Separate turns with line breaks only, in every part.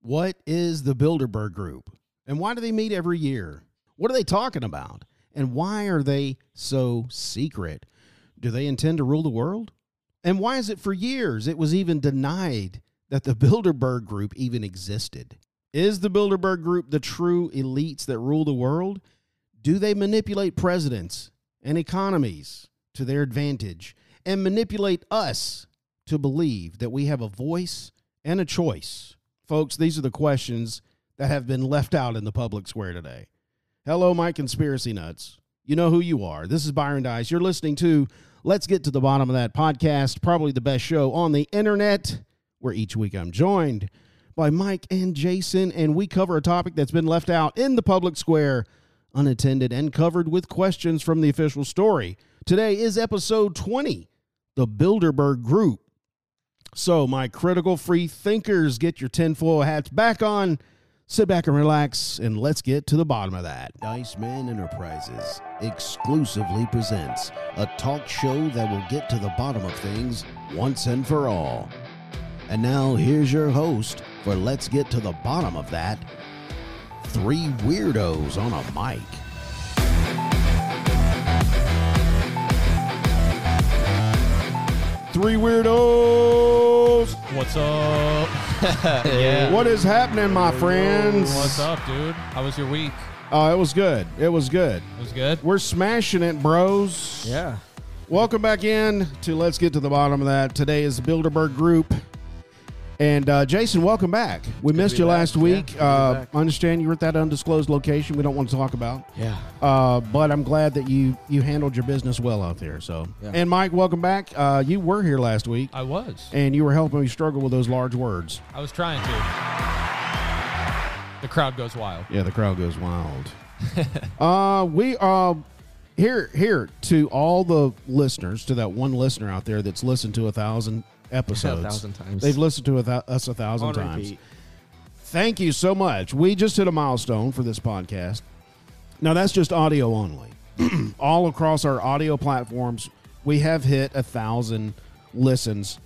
What is the Bilderberg Group? And why do they meet every year? What are they talking about? And why are they so secret? Do they intend to rule the world? And why is it for years it was even denied that the Bilderberg Group even existed? Is the Bilderberg Group the true elites that rule the world? Do they manipulate presidents and economies to their advantage and manipulate us to believe that we have a voice and a choice? Folks, these are the questions that have been left out in the public square today. Hello, my conspiracy nuts. You know who you are. This is Byron Dice. You're listening to Let's Get to the Bottom of That podcast, probably the best show on the internet, where each week I'm joined by Mike and Jason, and we cover a topic that's been left out in the public square, unattended, and covered with questions from the official story. Today is episode 20, The Bilderberg Group. So, my critical free thinkers, get your tinfoil hats back on sit back and relax, and let's get to the bottom of that.
Diceman Enterprises exclusively presents a talk show that will get to the bottom of things once and for all. And now here's your host for Let's Get to the Bottom of That Three Weirdos on a Mic.
Three weirdos.
What's up? yeah.
What is happening, my friends?
What's up, dude? How was your week?
Oh, it was good. It was good.
It was good.
We're smashing it, bros.
Yeah.
Welcome back in to Let's Get to the Bottom of That. Today is the Bilderberg Group. And uh, Jason, welcome back. We missed
be
you
back.
last
Yeah,
week.
good to be
uh,
back.
I understand you were at that undisclosed location we don't want to talk about.
Yeah.
Uh, but I'm glad that you you handled your business well out there. So,
Yeah.
and Mike, welcome back. Uh, you were here last week,
I was.
and you were helping me struggle with those large words.
I was trying to. The crowd goes wild.
Yeah, the crowd goes wild. uh, we uh, here here to all the listeners, to that one listener out there that's listened to a thousand episodes,
thousand times.
They've listened to a thou- us a thousand times. Thank you so much. We just hit a milestone for this podcast. Now, that's just audio only. All across our audio platforms, we have hit a thousand listens.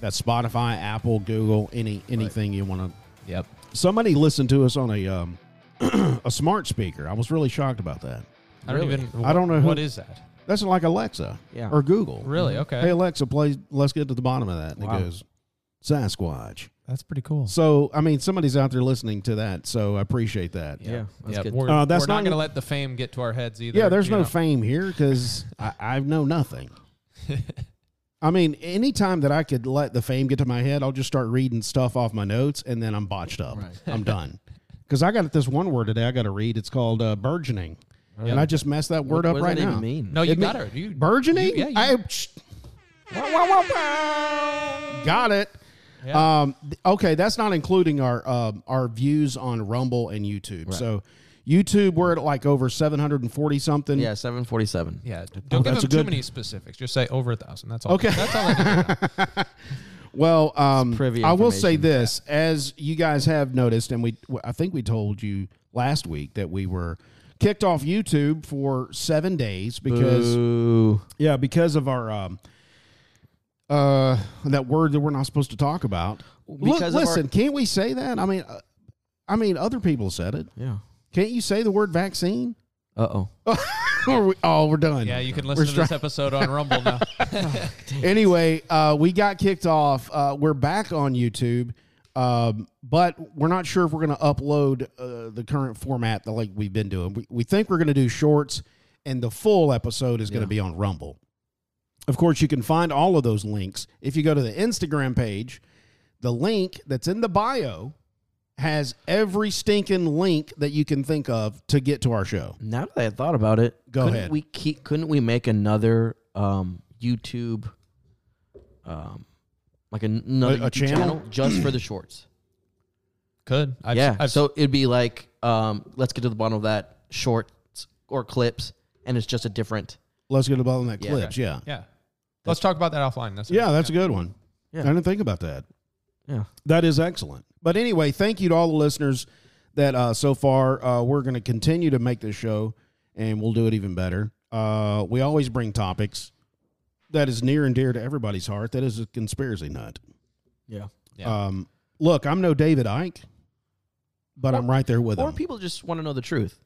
That's Spotify, Apple, Google, any anything you want to.
Yep.
Somebody listened to us on a um, a smart speaker. I was really shocked about that.
I don't
Really?
even.
I don't know who-
What is that?
That's like Alexa
Yeah.
or Google.
Really? Okay.
Hey Alexa, play. Let's get to the bottom of that. And
Wow.
it goes Sasquatch.
That's pretty cool.
So I mean, somebody's out there listening to that. So I appreciate that.
Yeah. that's
Yeah,
good.
we're,
Uh, that's
we're not,
not-
going to let the fame get to our heads either.
Yeah, there's
you
no
know.
fame here because I, I know nothing. I mean, anytime that I could let the fame get to my head, I'll just start reading stuff off my notes and then I'm botched up.
Right.
I'm done. Because I got this one word today I got to read. It's called uh, burgeoning.
Oh,
And I just messed that word
what
up
does
right
that
now.
even mean?
No, you
It
got
mean-
her. You,
Burgeoning?
You, yeah.
I,
You,
psh, Wow, wow, wow, wow. Got it.
Yeah.
Um, th- okay, that's not including our um, our views on Rumble and YouTube. So, YouTube, we're at like over 740 something.
Yeah, 747.
yeah. Don't
that's
give them
a
too
good-
many specifics. Just say over a thousand. That's all.
Okay.
That's all. I need to know.
Well, um,
privy
I will say
information.
this: as you guys have noticed, and we, I think we told you last week that we were kicked off YouTube for seven days because,
Ooh.
yeah, because of our, um, uh, that word that we're not supposed to talk about. Look,
Because of our-
listen, can't we say that? I mean, uh, I mean, other people said it.
Yeah.
Can't you say the word vaccine?
Uh-oh.
Or we, oh, we're done.
Yeah, you can
We're
listen to
stri-
this episode on Rumble now.
anyway, uh, we got kicked off. Uh, we're back on YouTube, um, but we're not sure if we're going to upload uh, the current format that like we've been doing. We, we think we're going to do shorts, and the full episode is going to be on Rumble. Of course, you can find all of those links if you go to the Instagram page. The link that's in the bio has every stinking link that you can think of to get to our show.
Now that I thought about it,
Go
couldn't
ahead.
we keep couldn't we make another um YouTube um like an- another
A- a
YouTube
channel?
just for the shorts?
Could. I've,
yeah.
I've,
so it'd be like um let's get to the bottom of that shorts or clips and it's just a different
Let's get to the bottom of that
Yeah,
clips. Yeah.
yeah. Let's talk about that offline. That's
Yeah, that's a good one.
Yeah.
I didn't think about that.
Yeah.
That is excellent. But anyway, thank you to all the listeners that uh, so far uh, we're going to continue to make this show and we'll do it even better. Uh, we always bring topics that is near and dear to everybody's heart. That is a conspiracy nut.
Yeah.
Yeah.
Um, look, I'm no David Icke. but I'm right there with
Or
them.
people just want to know the truth.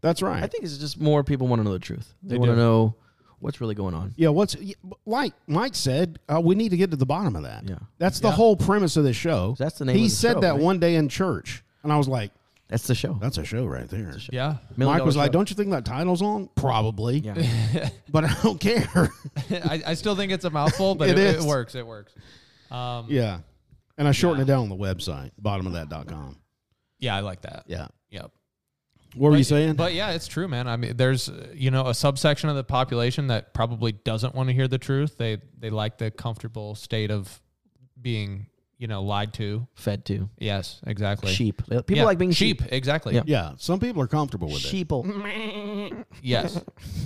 That's right.
I think it's just more people want to know the truth. They,
They
want to
do.
know what's really going on.
yeah, what's y- like Mike said, uh, we need to get to the bottom of that.
Yeah.
That's the
Yeah.
whole premise of this show.
That's the name
He
of the
said
show,
that
right?
one day in church, and I was like,
That's the show.
that's a show right there.
Yeah.
Million
Mike
dollar
was like,
show.
don't you think that title's on? Probably.
Yeah.
But I don't care.
I, I still think it's a mouthful, but
It
it, it,
is.
works. It works. Um, yeah.
yeah. And I shortened it down on the website, bottom of that dot com.
I like that.
Yeah.
Yep.
What were
But-
you saying?
But yeah, it's true, man. I mean, there's uh, you know a subsection of the population that probably doesn't want to hear the truth. They they like the comfortable state of being you know lied to.
Fed to
Yes, exactly.
sheep. People
Yeah.
like being sheep.
Exactly.
Yeah.
yeah. Some people are comfortable with it.
Sheeple.
Yes.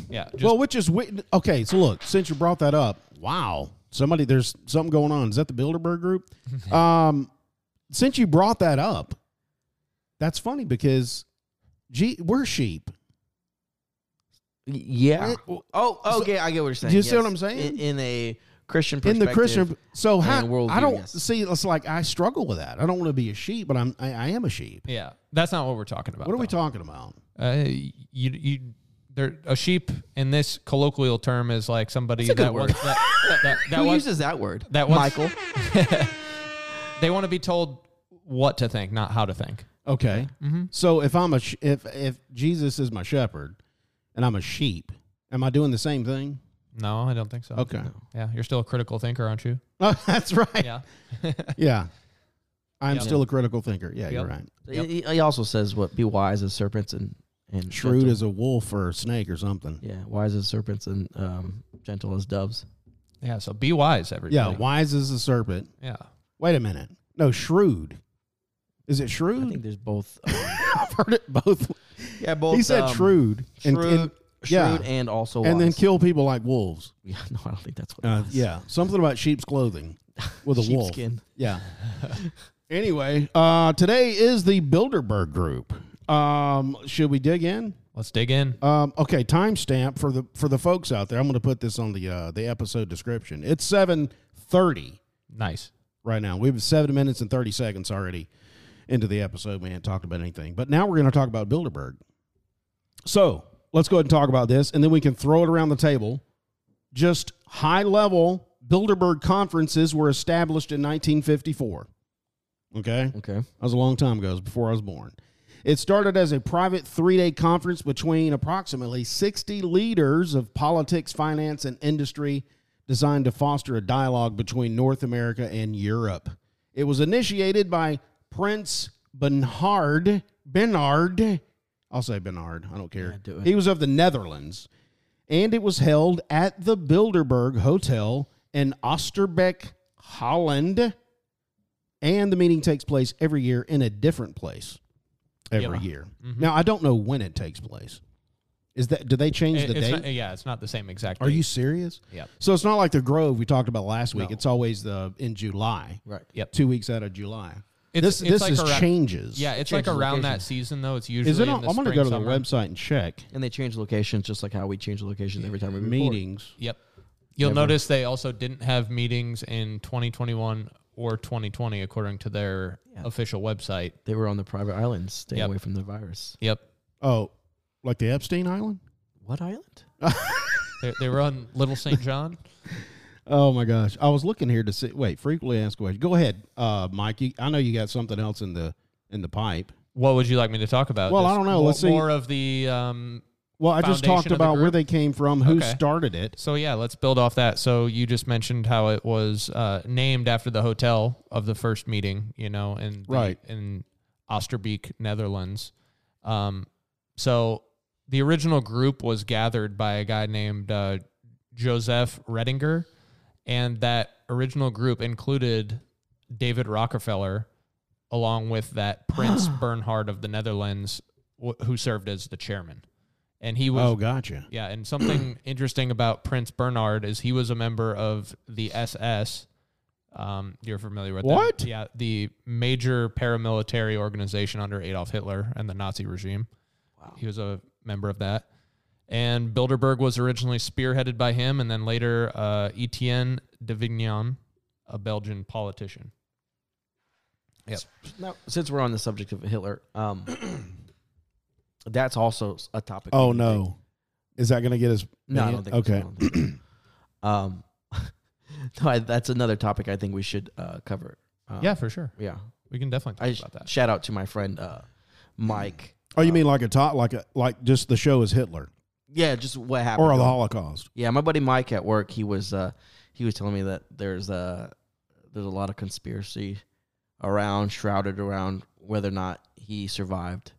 yeah. Just,
well, which is wi- okay. So look, since you brought that up, wow, somebody, there's something going on. Is that the Bilderberg Group? um, since you brought that up, that's funny because, gee, we're sheep.
Yeah.
It-
Oh, okay. I get what you're saying.
Do you see what I'm saying?
In, in a Christian
in
perspective.
the Christian, so how
and worldview,
I don't
yes.
see. It's like I struggle with that. I don't want to be a sheep, but I'm. I, I am a sheep.
yeah. That's not what we're talking about.
What are we
though.
talking about?
Uh, you you there a sheep in this colloquial term is like somebody
That's a good
that
word.
wants that that, that
Who
wants-
uses that word?
that was-
Michael.
they want to be told what to think, not how to think.
Okay.
Mm-hmm.
So if I'm a sh- if if Jesus is my shepherd, and I'm a sheep, am I doing the same thing?
No, I don't think so.
Okay.
Yeah, you're still a critical thinker, aren't you?
Oh, that's right.
Yeah.
Yeah. I'm
Yep.
still a critical thinker. Yeah, you're
Yep.
right.
Yep.
He, he also says what be wise as serpents and and
Shrewd
gentle.
as a wolf or a snake or something.
yeah wise as serpents and um, gentle as doves.
Yeah. So be wise, everybody.
Yeah, wise as a serpent.
Yeah.
Wait a minute. No, shrewd. Is it
I think
shrewd?
there's both. um,
I've heard it both.
yeah, both. um,
he said shrewd.
shrewd,
yeah.
shrewd, and also
and then
wise.
kill people like wolves.
Yeah, no, I don't think that's what.
Uh,
it was.
yeah, something about sheep's clothing with a wolf.
Sheepskin.
Yeah. anyway, uh, today is the Bilderberg Group. Um, should we dig in?
Let's dig in.
Um, okay, timestamp for the for the folks out there. I'm going to put this on the uh, the episode description. It's seven thirty
Nice.
right now. We've seven minutes and thirty seconds already into the episode. We haven't talked about anything, but now we're going to talk about Bilderberg. So let's go ahead and talk about this, and then we can throw it around the table. Just high level Bilderberg conferences were established in 1954. Okay,
Okay.
that was a long time ago. It was before I was born. It started as a private three day conference between approximately 60 leaders of politics, finance, and industry designed to foster a dialogue between North America and Europe. It was initiated by Prince Bernhard. Bernard. I'll say Bernard. I don't care.
do it.
he was of the Netherlands. And it was held at the Bilderberg Hotel in Osterbeek, Holland and the meeting takes place every year in a different place every
Yeah. Mm-hmm.
year. Now I don't know when it takes place. Is that do they change
It-
the
it's
date?
not- yeah, it's not the same exact.
Are you
date.
serious?
Yep.
So it's not like the Grove we talked about last week.
No.
It's always the in July,
Right.
Yep.
two weeks out of July.
It's-
this
it's
this
like
is
around-
changes.
Yeah, it's like
Change the
around
location.
that season though. It's usually.
Is it?
In
On,
the
I'm going to
spring,
go to
summer.
the website and check
And they change locations just like how we change locations every time we record.
meetings.
Yep. You'll
Never.
notice they also didn't have meetings in 2021 or 2020 according to their
Yeah.
official website.
They were on the private islands, staying
Yep.
away from the virus.
Yep.
Oh, like the Epstein Island?
What island?
They, they were on Little St. John.
Oh my gosh! I was looking here to see. Wait, frequently asked questions. Go ahead, uh, Mike. You, I know you got something else in the in the pipe.
What would you like me to talk about?
Well, I
Just
don't know.
mo-
Let's see.
More of the. Um,
Well, I just
foundation
talked
of the
about where
group?
they came from, who
Okay.
started it.
so yeah, let's build off that. So you just mentioned how it was uh, named after the hotel of the first meeting, you know, in the-
Right.
in Osterbeek, Netherlands. Um, so the original group was gathered by a guy named uh, Joseph Redinger, and that original group included David Rockefeller, along with that Prince Bernhard of the Netherlands, wh- who served as the chairman, and he was
Oh, gotcha.
yeah, and something interesting about Prince Bernard is he was a member of the SS. Um, you're familiar with that?
What?
Yeah, the major paramilitary organization under Adolf Hitler and the Nazi regime. Wow. He was a member of that. And Bilderberg was originally spearheaded by him, and then later uh, Etienne de Vignon, a Belgian politician. Yep.
No.
Since we're on the subject of Hitler, um, that's also a topic. we
Oh
can take.
no, is that going to get us?
No, I don't think
Okay.
So. I don't think so. um, no, I, that's another topic I think we should uh, cover. Um,
yeah, for sure.
yeah.
We can definitely talk
I sh-
about that.
shout out to my friend uh, Mike.
Oh,
Uh,
you mean like a top, like a like just the show is Hitler
Yeah, just what happened.
or the
to him.
Holocaust?
Yeah, my buddy Mike at work, he was uh he was telling me that there's uh there's a lot of conspiracy around shrouded around whether or not he survived,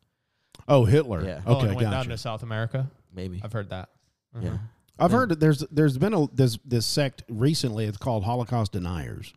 Oh, Hitler.
Yeah.
Okay,
oh, and went down
gotcha.
to South America.
maybe.
I've heard that. Mhm.
Yeah.
I've
Yeah.
heard that
There's there's been a this this sect recently. It's called Holocaust deniers.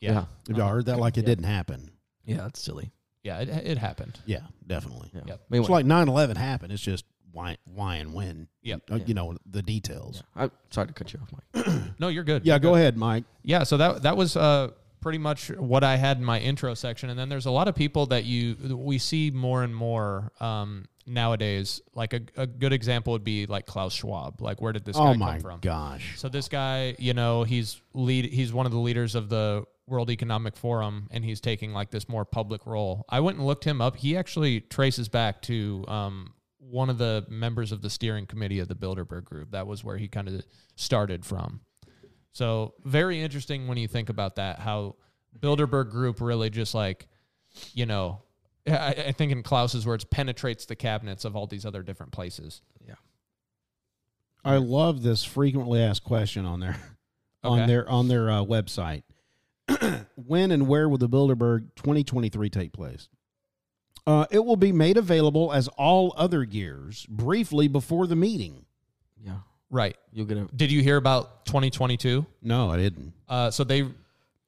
Yeah.
Yeah.
Have
Uh-huh.
y'all heard that? Like it
Yeah.
didn't happen.
Yeah, it's silly.
Yeah, it, it happened.
Yeah, definitely.
Yeah.
Yep.
Anyway,
It's like 9-11 happened. It's just why, why and when.
Yep.
Uh,
Yeah.
You know the details.
yeah. I'm sorry to cut you off, Mike.
No, you're good.
Yeah,
You're
go
good.
ahead, Mike.
Yeah, so that that was uh, pretty much what I had in my intro section, and then there's a lot of people that you that we see more and more um, nowadays. Like a, a good example would be like Klaus Schwab. Like, where did this
Oh
guy
my
come from?
gosh.
So this guy, you know, he's lead. He's one of the leaders of the World Economic Forum, and he's taking like this more public role. I went and looked him up. He actually traces back to um, one of the members of the steering committee of the Bilderberg Group. That was where he kind of started from. So very interesting when you think about that. How Bilderberg Group really just like, you know. I, I think in Klaus's words, penetrates the cabinets of all these other different places.
I love this frequently asked question on their
Okay.
on their on their uh, website. when and where will the Bilderberg 2023 take place? Uh, it will be made available as all other years briefly before the meeting.
Yeah.
Right.
You'll get a
Did you hear about 2022?
No, I didn't.
Uh, so they,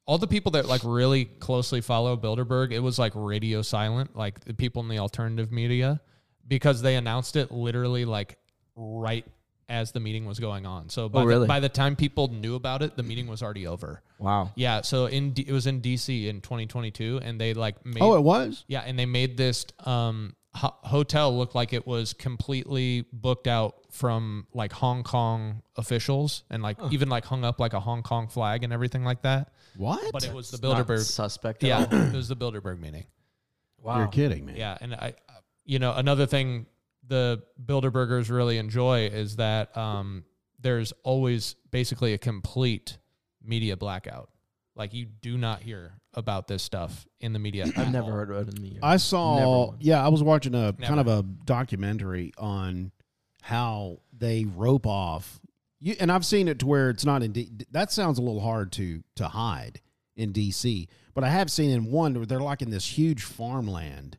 all the people that like really closely follow Bilderberg, it was like radio silent, like the people in the alternative media, because they announced it literally like right as the meeting was going on.
Oh,
So by,
really?
the, by the time people knew about it, the meeting was already over.
wow.
Yeah. So in D, it was in DC in 2022, and they like made
Oh, it was.
yeah, and they made this um, ho- hotel look like it was completely booked out from like Hong Kong officials and like even like hung up like a Hong Kong flag and everything like that.
What?
But it was the
Not
Bilderberg.
suspect. at
Yeah,
all.
it was the Bilderberg meeting.
Wow.
You're kidding me.
Yeah, and I, you know, another thing the Bilderbergers really enjoy is that um, there's always basically a complete media blackout. Like you do not hear about this stuff in the media. at
I've never
all.
heard of it in the year.
I saw.
Never.
Yeah, I was watching a kind
Never.
of a documentary on how they rope off. You and I've seen it to where it's not in. D, that sounds a little hard to to hide in D.C. But I have seen in one where they're like in this huge farmland,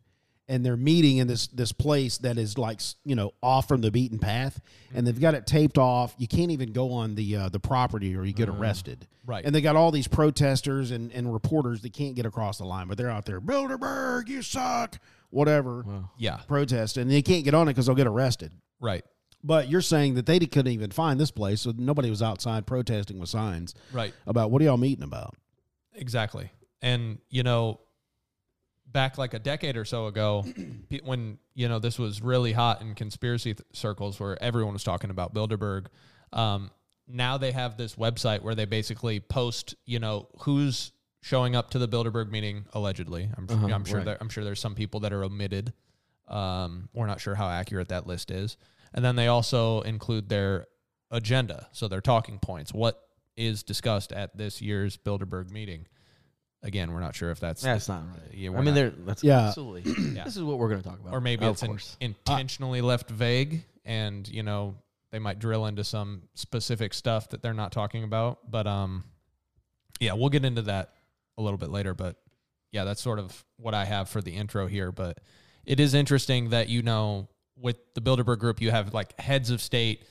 and they're meeting in this this place that is like s- you know off from the beaten path,
Mm-hmm.
and they've got it taped off. You can't even go on the uh, the property or you get
Mm-hmm.
arrested.
right.
And they got all these protesters and, and reporters that can't get across the line, but they're out there, Bilderberg, you suck, whatever,
Yeah,
protest, and they can't get on it because they'll get arrested.
right,
But you're saying that they couldn't even find this place, so nobody was outside protesting with signs
right.
about what are y'all meeting about?
Exactly. And, you know, back like a decade or so ago, pe- when, you know, this was really hot in conspiracy th- circles where everyone was talking about Bilderberg, um, now they have this website where they basically post, you know, who's showing up to the Bilderberg meeting allegedly. I'm, I'm sure there, I'm sure there's some people that are omitted. Um, we're not sure how accurate that list is. And then they also include their agenda, so their talking points. What is discussed at this year's Bilderberg meeting? Again, we're not sure if that's
that's not right.
Yeah,
I
we're
mean,
not-
they're that's
Yeah.
absolutely.
Yeah.
This is what we're going to talk about.
or maybe
Of
it's in-
course.
intentionally left vague, and you know they might drill into some specific stuff that they're not talking about. But um, yeah, we'll get into that a little bit later. But yeah, that's sort of what I have for the intro here. But it is interesting that you know with the Bilderberg Group, you have like heads of state,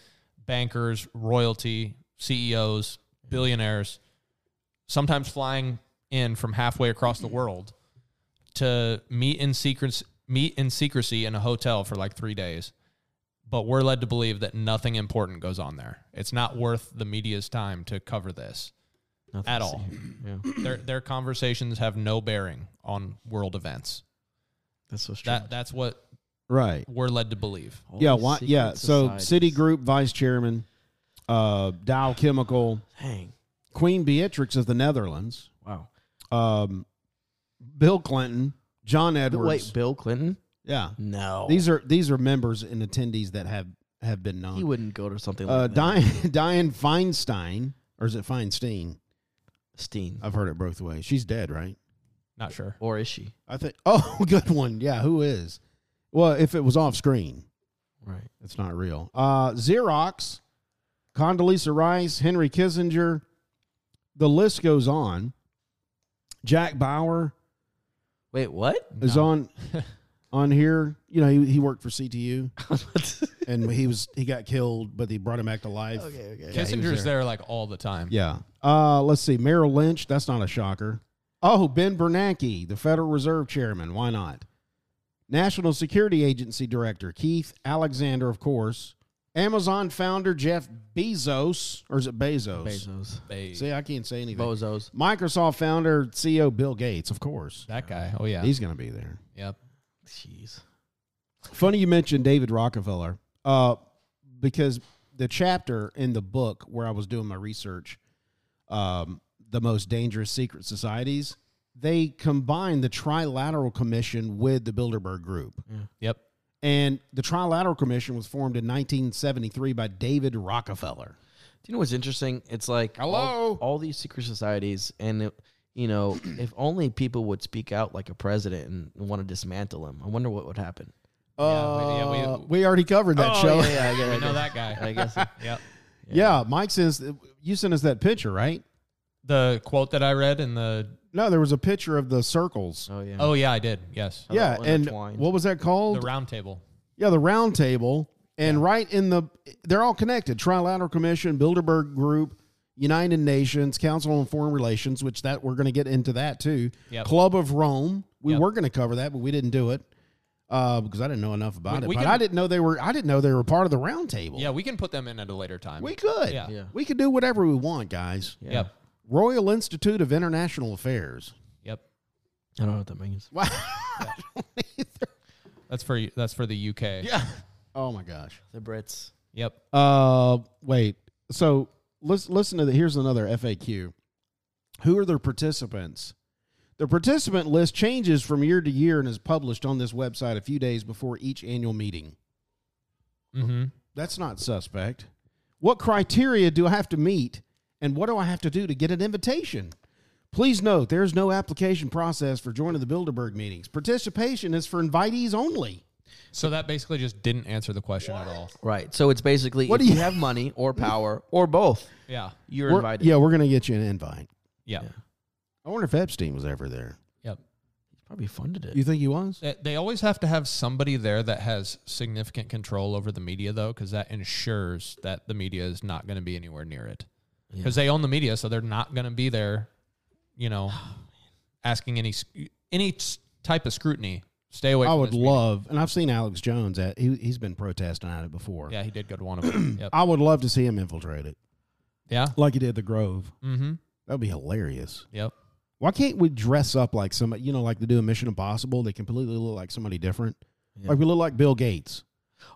bankers, royalty, CEOs, billionaires, sometimes flying in from halfway across the world to meet in secrets meet in secrecy in a hotel for like three days. But we're led to believe that nothing important goes on there. It's not worth the media's time to cover this.
Nothing
at
to
all.
see. Yeah,
Their their conversations have no bearing on world events.
that's so strange.
That that's what
Right.
we're led to believe.
All
yeah.
these
Why, yeah.
secret
So
societies.
Citigroup vice chairman, uh, Dow Chemical,
Dang.
Queen Beatrix of the Netherlands,
Wow.
um, Bill Clinton, John Edwards.
Wait, Bill Clinton?
yeah.
No,
These are these are members and attendees that have have been known.
he wouldn't go to something
uh,
like that.
Diane, Diane Feinstein, or is it Feinstein?
Steen,
I've heard it both ways. She's dead, right?
Not sure.
or is she?
I think. Oh, good one. Yeah, who is? Well, if it was off screen,
Right.
it's not real. Uh, Xerox, Condoleezza Rice, Henry Kissinger, the list goes on. Jack Bauer
Wait, what?
is
No.
on on here. You know, he, he worked for CTU, and he was he got killed, but they brought him back to life.
okay.
Yeah, he was
Kissinger's
there.
there. like all the time.
Yeah. Uh, let's see. Merrill Lynch. That's not a shocker. Oh, Ben Bernanke, the Federal Reserve Chairman. Why not? National Security Agency Director Keith Alexander, of course. Amazon founder Jeff Bezos, or is it Bezos?
Bezos,
They-
See, I can't say anything.
bozos.
Microsoft founder, CEO Bill Gates, of course.
that guy. Oh yeah.
He's going to be there.
yep.
Jeez.
Funny you mentioned David Rockefeller, uh, because the chapter in the book where I was doing my research, um, the most dangerous secret societies, they combined the Trilateral Commission with the Bilderberg Group,
Yep.
and the Trilateral Commission was formed in 1973 by David Rockefeller.
Do you know what's interesting? It's like all-
Hello?
all, these secret societies, and it, you know, if only people would speak out like a president and want to dismantle him. I wonder what would happen.
Yeah, we- Oh, yeah, we-
Uh, we already covered that show. Yeah,
yeah,
I know that guy.
I guess.
Yep.
Mike sends you sent us that picture, right?
The quote that I read in the
No, there was a picture of the circles.
Oh yeah.
Oh yeah, I did. Yes.
How
yeah,
that one
and
intertwined.
what was that called?
uh, The round table.
Yeah, the round table. And right in the, they're all connected Trilateral Commission, Bilderberg Group, United Nations, Council on Foreign Relations, which that we're going to get into that too.
Yep.
Club of Rome. We
Yep.
were going to cover that, but we didn't do it uh, because I didn't know enough about
We-
it.
we
but
can-
I didn't know they were, I didn't know they were part of the round table.
Yeah, we can put them in at a later time.
We could.
Yeah.
Yeah.
We could do whatever we want, guys.
Yeah.
Yep.
Royal Institute of International Affairs.
Yep.
I don't know what that means.
Wow. I don't either.
That's for that's for the UK.
Yeah. Oh my gosh.
The Brits.
Yep.
Uh, wait. So let's listen to the. Here's another FAQ. Who are the participants? The participant list changes from year to year and is published on this website a few days before each annual meeting.
Mm-hmm.
That's not suspect. What criteria do I have to meet, and what do I have to do to get an invitation? Please note there is no application process for joining the Bilderberg meetings. Participation is for invitees only.
So that basically just didn't answer the question at all.
Right. So it's basically
What
if
do
you,
you-
have money or power or both,
Yeah.
you're
We're-
invited.
yeah, we're gonna get you an invite.
Yeah.
Yeah.
I wonder if Epstein was ever there.
Yep.
Probably funded it.
You think he was?
They, they always have to have somebody there that has significant control over the media, though, because that ensures that the media is not going to be anywhere near it. Because they own the media, so they're not going to be there, you know, asking any sc- any s- type of scrutiny. Stay away.
I
from
would
this media.
love, and I've seen Alex Jones at he, he's been protesting at it before.
Yeah, he did go to one of them. Yep.
I would love to see him infiltrate it
Yeah.
like he did the Grove.
Mm-hmm.
That'd be hilarious.
Yep.
Why can't we dress up like somebody? You know, like they do in Mission Impossible. They completely look like somebody different.
Yeah.
Like we look like Bill Gates.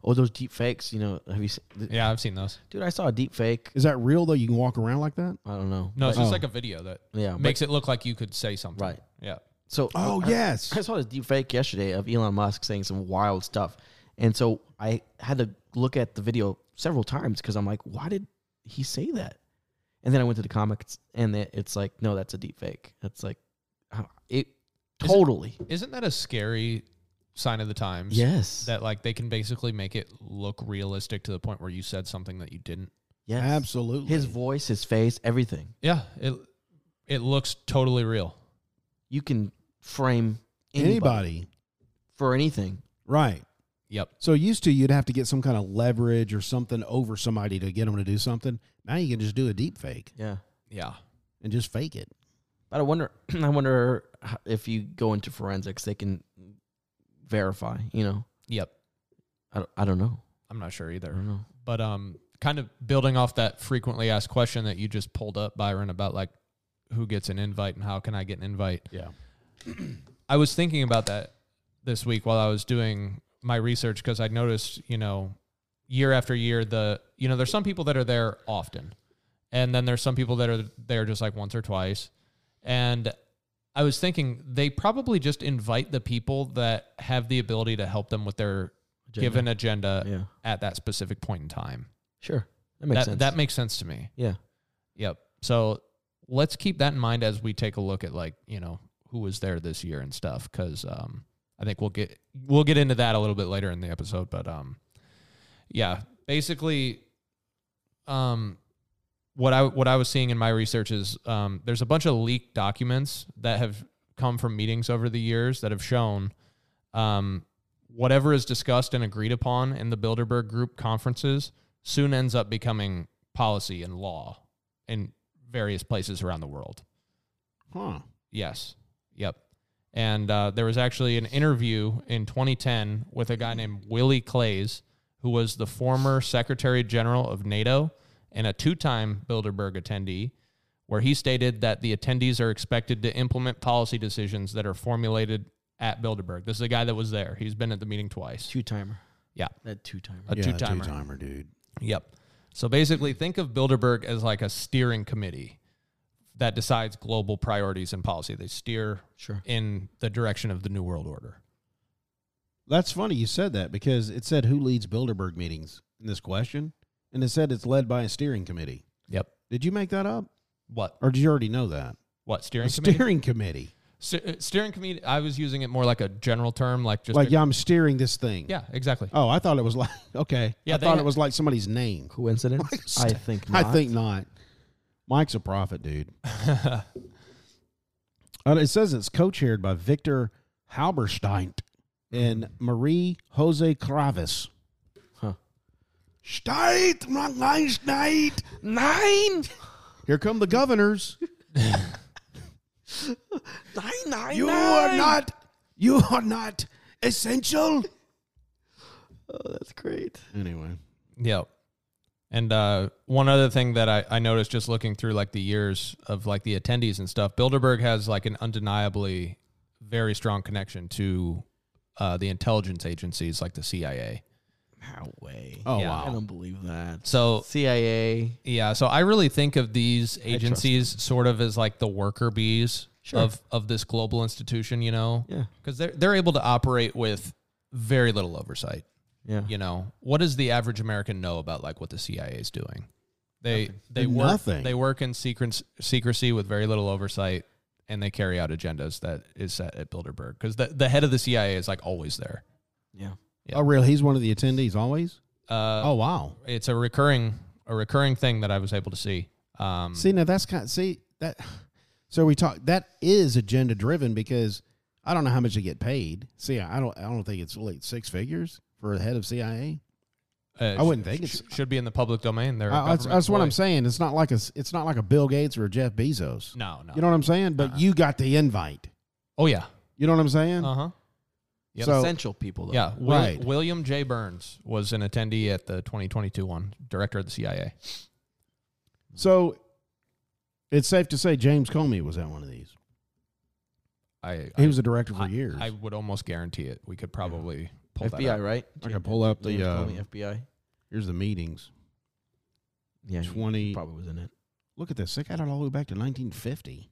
oh, those deep fakes. You know, have you seen? th-
Yeah, I've seen those.
Dude, I saw a deep fake.
Is that real though? You can walk around like that.
I don't know.
No, it's just
Oh.
like a video that
Yeah. but-
makes it look like you could say something.
Right.
Yeah.
So
Oh
I-
yes.
I saw this deep fake yesterday of Elon Musk saying some wild stuff. And so I had to look at the video several times because I'm like, why did he say that? And then I went to the comics and it- it's like, no, that's a deep fake. That's like, how- it
it-
totally.
Isn't that a scary sign of the times?
yes.
That like they can basically make it look realistic to the point where you said something that you didn't.
yes.
Absolutely.
His voice, his face, everything.
Yeah. It it looks totally real.
You can frame anybody,
Anybody.
for anything.
Right.
Yep.
So used to you'd have to get some kind of leverage or something over somebody to get them to do something. Now you can just do a deep fake
Yeah.
Yeah.
and just fake it.
But I wonder, I wonder h- if you go into forensics, they can verify, you know,
Yep.
I don't, I don't know.
I'm not sure
I
either.
don't know.
But um kind of building off that frequently asked question that you just pulled up, Byron, about like who gets an invite and how can I get an invite.
Yeah.
I was thinking about that this week while I was doing my research because I noticed, you know, year after year, the, you know, there's some people that are there often. And then there's some people that are there just like once or twice. And I was thinking they probably just invite the people that have the ability to help them with their given agenda
Yeah.
at that specific point in time.
Sure. That makes
that
sense.
that makes sense to me.
yeah.
Yep. So let's keep that in mind as we take a look at like you know who was there this year and stuff because um, I think we'll get we'll get into that a little bit later in the episode. But um, yeah, basically, um, what I what I was seeing in my research is um, there's a bunch of leaked documents that have come from meetings over the years that have shown um, whatever is discussed and agreed upon in the Bilderberg Group conferences soon ends up becoming policy and law in various places around the world.
Huh.
Yes. Yep. And uh, there was actually an interview in 2010 with a guy named Willie Clays, who was the former Secretary General of NATO and a two time Bilderberg attendee, where he stated that the attendees are expected to implement policy decisions that are formulated at Bilderberg. This is a guy that was there. He's been at the meeting twice.
Two timer.
Yeah.
That two timer.
A two timer.
timer, dude.
Yep. So basically, think of Bilderberg as like a steering committee that decides global priorities and policy. They steer
Sure.
in the direction of the New World Order.
That's funny you said that because it said who leads Bilderberg meetings in this question, and it said it's led by a steering committee.
Yep.
Did you make that up,
What?
or did you already know that?
What steering
A
committee?
steering committee,
Ste- uh, steering committee. I was using it more like a general term, like just
like
a-
yeah, I'm steering this thing.
yeah, exactly.
Oh, I thought it was like okay.
Yeah,
I
they
thought
ha-
it was like somebody's name.
Coincidence? I think
I
not.
think not. Mike's a prophet, dude. Uh, it says it's co-chaired by Victor Halberstein and Marie Jose Cravis.
Huh.
Steit, nein, Steit, nein. Here come the governors.
Nine, nine,
You are not. You are not essential.
Oh, that's great.
Anyway,
Yep. And uh, one other thing that I, I noticed just looking through like the years of like the attendees and stuff, Bilderberg has like an undeniably very strong connection to uh, the intelligence agencies like the CIA.
No way.
oh
Yeah.
wow,
I don't believe that.
So
CIA.
yeah, so I really think of these agencies sort of as like the worker bees
Sure.
of of this global institution, you know,
Yeah.
because they're they're able to operate with very little oversight.
Yeah.
You know, what does the average American know about like what the CIA is doing? They they work
Nothing.
they work in secret secrecy with very little oversight, and they carry out agendas that is set at Bilderberg because the the head of the CIA is like always there.
Yeah.
oh real? He's one of the attendees always.
Uh,
Oh wow.
it's a recurring a recurring thing that I was able to see. Um,
See now that's kind. see that. So we talk. That is agenda driven because I don't know how much they get paid. See, I don't. I don't think it's like six figures for a head of CIA.
uh,
I wouldn't
sh-
think
sh-
it's-
should be in the public domain. There,
I- that's that's what I'm saying. It's not like a. s- It's not like a Bill Gates or a Jeff Bezos.
No, no.
You know what I'm saying? But you got the invite.
oh yeah.
You know what I'm saying?
Uh huh. Yep.
So
Essential people. Though.
Yeah. Wil-
Right.
William J. Burns was an attendee at the 2022 one, director of the CIA.
so it's safe to say James Comey was at one of these.
I
He
I-
was a director for
I-
years.
I would almost guarantee it. We could probably pull that
FBI,
up.
right?
I can pull up the,
James
uh,
Comey, FBI.
Here's the meetings.
Yeah. he
Twenty.
probably was in it.
Look at this. They got it all the way back to 1950.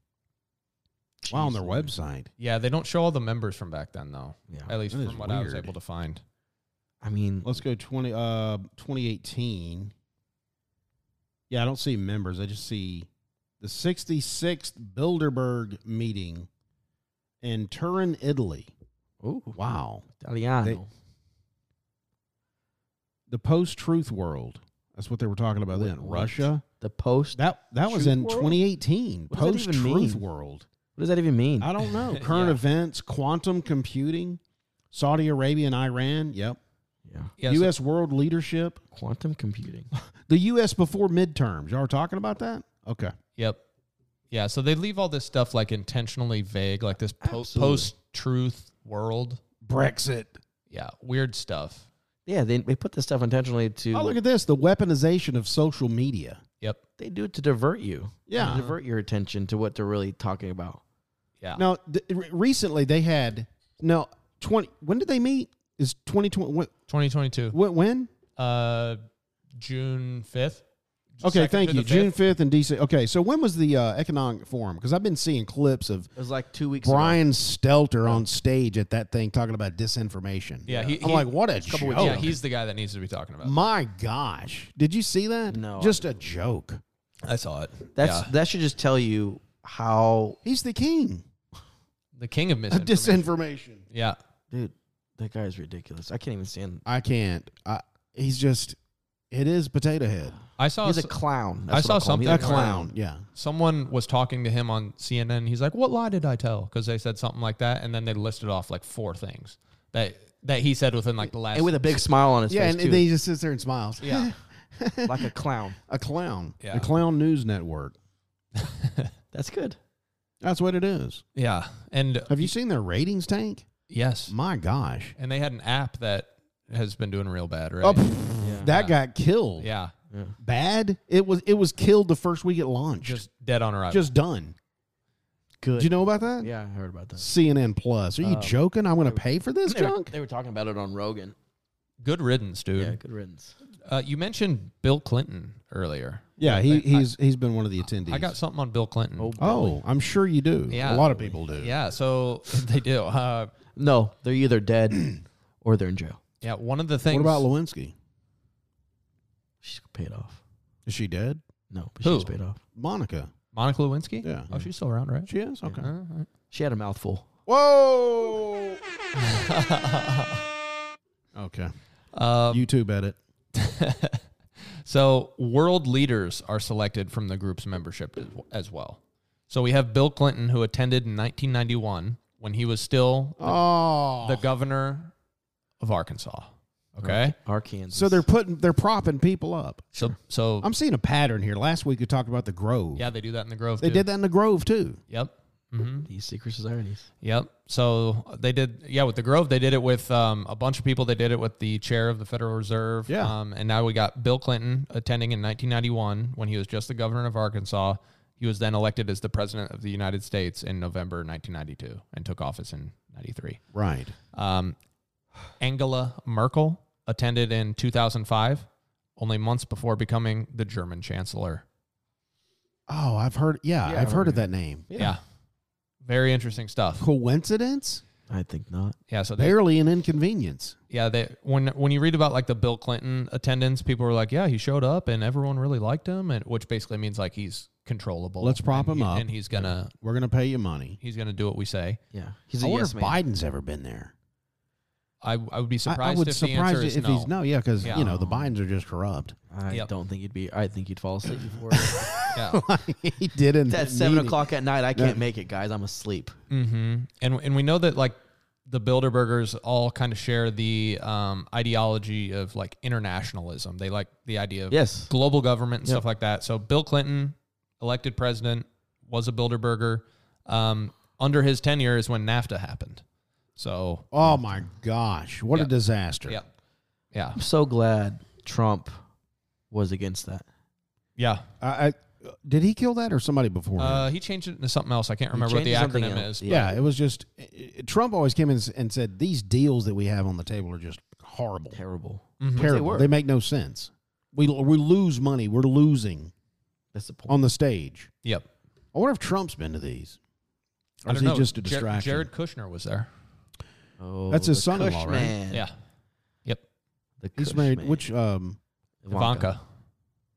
wow, on their
Jeez.
website.
Yeah, they don't show all the members from back then though.
Yeah.
At least
That is
from what I was
weird.
able to find.
I mean,
Let's go 20 uh 2018. Yeah, I don't see members. I just see the 66th Bilderberg meeting in Turin, Italy.
oh,
Wow.
Italiano.
They- The post-truth world. That's what they were talking about then.
Wait, what?
Russia.
the post.
That that was
Truth
in
world?
2018.
What does that even
Post-truth
mean?
world.
What does that even mean?
I don't know. Current
Yeah.
events, quantum computing, Saudi Arabia and Iran. Yep.
yeah.
Yeah, so-
U.S. world leadership.
Quantum computing.
The U.S. before midterms. Y'all were talking about that? Okay.
Yep. Yeah, so they leave all this stuff like intentionally vague, like this po-
Absolutely.
post truth world.
Brexit.
Yeah, weird stuff.
yeah. They, they put this stuff intentionally to.
Oh, look at this. The weaponization of social media.
Yep.
they do it to divert you.
Yeah.
To divert your attention to what they're really talking about.
Yeah.
Now, th- re- recently they had, no, 20, when did they meet? Is 2020, when?
2022.
when?
Uh June 5th.
Okay,
second
thank
to
you.
the
June
fifth.
fifth in DC. Okay, so when was the uh, economic forum? Because I've been seeing clips of
It was like two weeks. ago.
Brian Stelter on stage at that thing talking about disinformation.
Yeah, he-
I'm
he-
like, what a
couple
joke!
weeks
Yeah, he's uh, the guy that needs to be talking about.
My gosh, did you see that?
No.
just a joke.
I saw it.
That's that should just tell you how,
He's the king
the king of
of
misinformation.
disinformation.
yeah,
dude. That guy is ridiculous. I can't even stand.
I can't. I, he's just. It is potato head.
I saw
He's a
s-
clown.
Oh, I
That's
saw
what I'll call him. He's
A
something where-
clown. Yeah.
someone was talking to him on CNN. He's like, "What lie did I tell?" Because they said something like that, and then they listed off like four things that that he said within like the last.
And with a big smile on his
Yeah,
face
and
too,
then he just sits there and smiles.
yeah,
like a clown.
a clown.
Yeah.
A clown news network.
That's good.
That's what it is.
yeah, and
Have you seen their ratings tank?
yes,
My gosh.
and they had an app that has been doing real bad, right?
Oh, pff,
Yeah.
that got killed.
yeah,
Bad. It was it was killed the first week it launched. Just,
just dead on arrival.
done.
Good.
Did you know about that?
Yeah, I heard about that.
CNN Plus. Are you
Um,
Uh,
joking? I'm going to pay for this
They were,
junk?
they were talking about it on Rogan.
good riddance,
Yeah,
dude.
good riddance.
Uh, you mentioned Bill Clinton earlier.
Yeah, he,
I-
he's he's been one of the attendees.
I got something on Bill Clinton.
Oh,
Oh, I'm sure you do.
Yeah.
A lot of people do.
yeah, so they do. Uh,
no, they're either dead or they're in jail.
yeah, one of the things.
What about Lewinsky?
She's paid off.
Is she dead?
No, but
Who?
she's paid off.
Monica.
Monica Lewinsky?
Yeah.
Oh, she's still around, right?
She is? Okay.
All right.
She had a mouthful.
Whoa. okay.
Um,
YouTube edit.
so world leaders are selected from the group's membership as- as well. So we have Bill Clinton, who attended in 1991 when he was still
Oh.
the governor of Arkansas. Okay,
Arkansas.
So they're putting they're propping people up.
so so
I'm seeing a pattern here. Last week we talked about the Grove.
yeah, they do that in the Grove.
They
too.
did that in the Grove too.
Yep. hmm
these secret societies.
Yep. So uh, they did, yeah, with the Grove, they did it with um, a bunch of people. They did it with the chair of the Federal Reserve.
Yeah.
Um, and now we got Bill Clinton attending in 1991 when he was just the governor of Arkansas. He was then elected as the president of the United States in November 1992 and took office in 93.
Right.
Um, Angela Merkel attended in 2005, only months before becoming the German chancellor.
Oh, I've heard yeah,
Yeah,
I've
I
heard of that name.
Yeah. Very interesting stuff.
Coincidence?
I think not.
Yeah. So they
Barely an inconvenience.
yeah, they when when you read about like the Bill Clinton attendance, people were like, yeah, he showed up and everyone really liked him, and which basically means like he's controllable.
Let's prop
and
him
he-
up.
and he's gonna
We're gonna pay you money.
he's gonna do what we say.
Yeah, he's
I
a
wonder
yes
if
man.
Biden's ever been there.
I, I would
I-
be surprised
I, would
if
surprise
the answer
you
is
if
no.
he's no, yeah, because
Yeah.
you know the Bidens are just corrupt.
I
Yep.
don't think he'd be. I think he'd fall asleep before. it's
Yeah.
he did in
at
that
seven
meeting.
o'clock at night. I can't make it, guys. I'm asleep.
Mm-hmm. And and we know that like the Bilderbergers all kind of share the um, ideology of like internationalism. They like the idea of
Yes.
global government and stuff like that. So Bill Clinton, elected president, was a Bilderberger. Um, under his tenure is when NAFTA happened. So
Oh my gosh, what
Yeah.
a disaster!
yeah, yeah,
I'm so glad Trump was against that.
yeah.
I, I, did he kill that or somebody before? him?
Uh, he changed it into something else. I can't remember what the
changed something
acronym
else.
is. but-
Yeah, it was just i- i- Trump always came in s- and said these deals that we have on the table are just horrible,
Terrible.
Mhm.
terrible.
were.
They, make no sense. We l- we lose money. We're losing
That's the point.
on the stage.
Yep.
I wonder if Trump's been to these,
I
or is
don't
he
know.
just a
Jer-
distraction?
Jared Kushner was there.
Oh,
That's his
the
son-in-law, right?
Cushman.
Yeah.
The
He's
Cushman.
married. Which um.
Ivanka.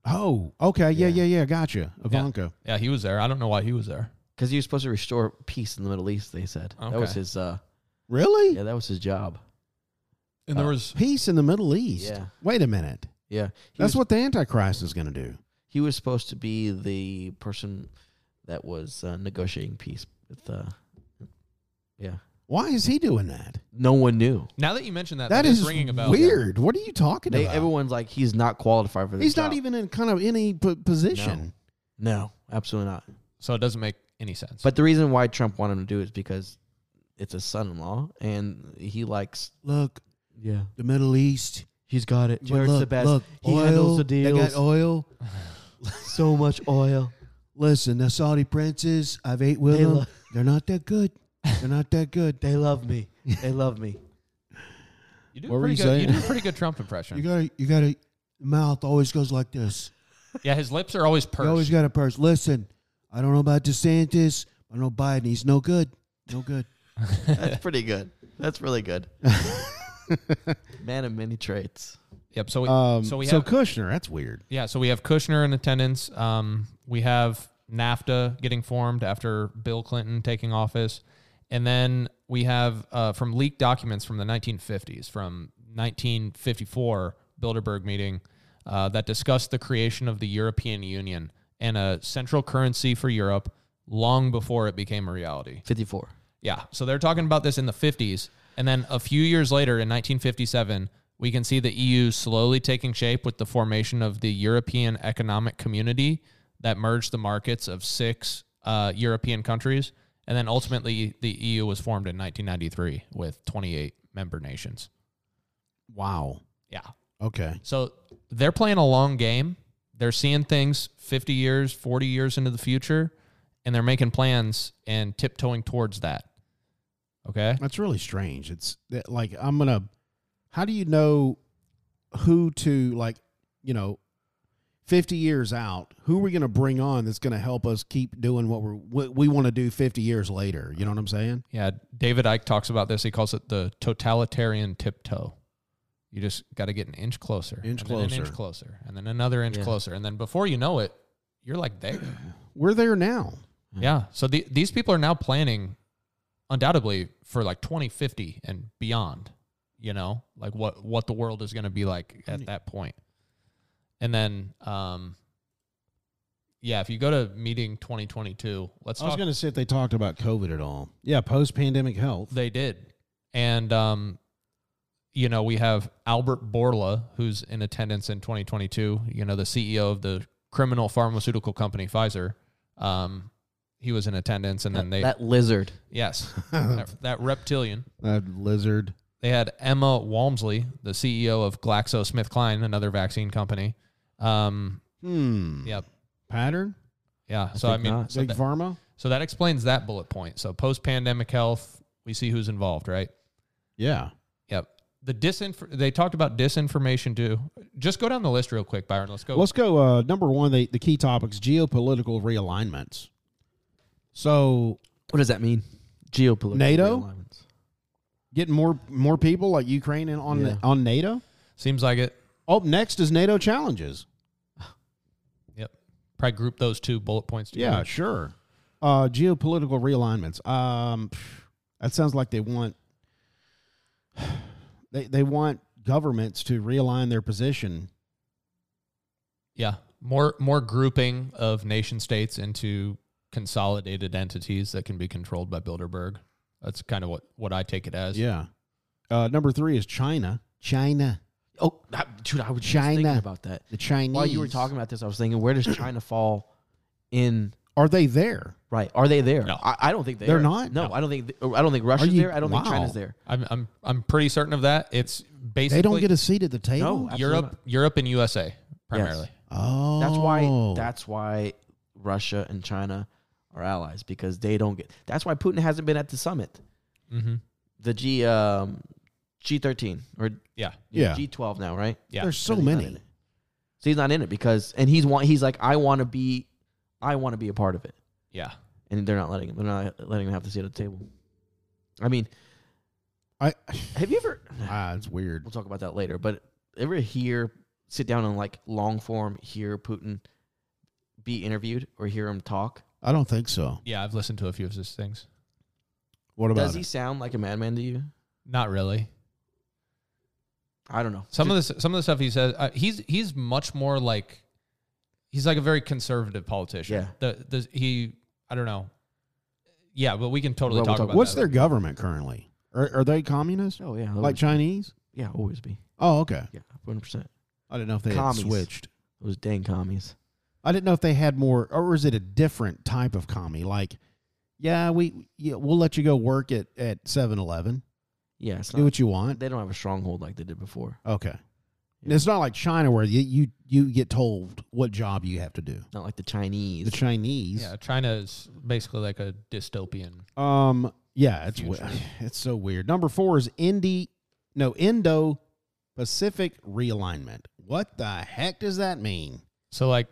Oh, okay, yeah, yeah,
Yeah.
yeah. Gotcha, Ivanka.
Yeah, he was there. I don't know why he was there.
Because he was supposed to restore peace in the Middle East. They said that was
Okay.
his. Uh,
Really?
yeah, that was his job.
And there was
Peace in the Middle East.
Yeah.
Wait a minute.
Yeah, he
That's
was,
what the Antichrist is going to do.
he was supposed to be the person that was uh, negotiating peace with. Uh, yeah,
Why is he doing that?
no one knew.
now that you mentioned that
that is,
ringing a bell.
weird. What are you talking
They,
about?
everyone's like, he's not qualified for this.
He's not
job.
even in kind of any p- position.
No, absolutely not.
So it doesn't make any sense.
But the reason why Trump wanted him to do it is because it's his son-in-law, and he likes.
Look,
Yeah,
the Middle East.
he's got it. Jared's
look,
the best.
Look,
he
oil,
handles the
They
deals.
got oil.
so much oil.
Listen, the Saudi princes, I've ate with
They
them.
lo-
They're not that good. They're not that good.
They love me. They love me.
you do
what
a
were
pretty
you
good. You
saying?
do a pretty good Trump impression.
You gotta, you gotta. Mouth always goes like this.
Yeah, his lips are always
You always
pursed.
got a purse. Listen, I don't know about DeSantis. I don't know Biden. He's no good. No good.
That's pretty good. That's really good. Man of many traits.
Yep. So we,
Um,
so
so,
we have
Kushner, that's weird.
yeah. So we have Kushner in attendance. Um, we have NAFTA getting formed after Bill Clinton taking office, and then we have uh, from leaked documents from the 1950s, from 1954 Bilderberg meeting uh, that discussed the creation of the European Union and a central currency for Europe long before it became a reality.
54.
Yeah. So they're talking about this in the 50s. And then a few years later, in 1957, we can see the EU slowly taking shape with the formation of the European Economic Community that merged the markets of six uh, European countries. And then ultimately, the EU was formed in 1993 with 28 member nations.
Wow.
Yeah.
Okay.
So they're playing a long game. They're seeing things 50 years, 40 years into the future, and they're making plans and tiptoeing towards that. Okay.
That's really strange. It's that, like I'm gonna. How do you know who to like? You know, fifty years out, who are we gonna bring on that's gonna help us keep doing what we're what we want to do fifty years later? You know what I'm saying?
Yeah, David Icke talks about this. He calls it the totalitarian tiptoe. You just got to get an inch closer,
Inch
and then an
closer.
inch closer, and then another inch
Yeah.
closer, and then before you know it, you're like there.
We're there now.
yeah. So the, these people are now planning, undoubtedly, for like 2050 and beyond. You know, like what what the world is going to be like at that point. And then, um, yeah, if you go to meeting 2022, let's
I was
talk
gonna say if they talked about COVID at all. Yeah, post pandemic health.
They did. And, um, you know, we have Albert Borla, who's in attendance in 2022, you know, the CEO of the criminal pharmaceutical company Pfizer. Um, he was in attendance. And then they,
that lizard.
yes, that, that reptilian.
That lizard.
They had Emma Walmsley, the CEO of GlaxoSmithKline, another vaccine company. Um,
Hmm.
yep.
Pattern.
Yeah. so, I
think
mean,
not.
so
Big
that-
pharma.
so that explains that bullet point. So post pandemic health, we see who's involved, right?
Yeah.
Yep. The disinf they talked about disinformation too. Just go down the list real quick, Byron. Let's go.
Let's go. Uh, number one, the, the key topics: geopolitical realignments. So
What does that mean? Geopolitical.
NATO?
realignments.
getting more more people like Ukraine and on
Yeah.
on NATO.
Seems like it.
Up next is NATO challenges.
Yep. Probably group those two bullet points together.
Yeah, sure. Uh, geopolitical realignments. Um, that sounds like they want they they want governments to realign their position.
Yeah. More more grouping of nation states into consolidated entities that can be controlled by Bilderberg. That's kind of what what I take it as.
Yeah. Uh, number three is China. China.
Oh, that, dude, I was just
China.
thinking about that.
The Chinese.
While you were talking about this, I was thinking, where does China fall in?
are they there?
Right? Are they there?
No.
I, I don't think they
They're
are.
not?
No, I don't think. th- I don't think Russia's
you-
there. I don't think
wow.
China's there.
I'm I'm I'm pretty certain of that. It's basically
They don't get a seat at the table.
No. absolutely
Europe
not.
Europe and USA primarily.
Oh,
That's why. That's why Russia and China are allies because they don't get. That's why Putin hasn't been at the summit,
Mm-hmm.
the G um, G thirteen or
Yeah.
Yeah.
G twelve now, right?
Yeah.
there's so
He's not in
many.
it. So he's not in it because, and he's want. He's like, I want to be, I want to be a part of it,
Yeah.
and they're not letting him. They're not letting him have the seat at the table. I mean,
I
have you ever?
ah, it's weird.
We'll talk about that later. But ever hear sit down and like long form hear Putin be interviewed or hear him talk?
I don't think so.
Yeah, I've listened to a few of his things.
What about
Does he
it?
sound like a madman to you?
Not really.
I don't know.
Some of the some of the stuff he says, uh, he's he's much more like he's like a very conservative politician.
Yeah.
The, the he I don't know. Yeah, but we can totally
Well, we'll
talk
talk-
about
What's
that.
their government currently? Are, are they communist?
Oh yeah,
Like
always,
Chinese?
yeah, always be
Oh, okay.
yeah, one hundred percent.
I didn't know if they
Commies.
had switched.
Those dang commies.
I didn't know if they had more, or is it a different type of commie? Like, yeah, we yeah, we'll let you go work at at Seven Eleven.
Yeah, it's
Do
not,
what you want.
they don't have a stronghold like they did before.
Okay. It's not like China where you, you you get told what job you have to do.
Not like the Chinese.
The Chinese,
Yeah, China is basically like a dystopian.
um, yeah, it's we-
Future.
it's so weird. Number four is Indy, no Indo Pacific realignment. What the heck does that mean?
So like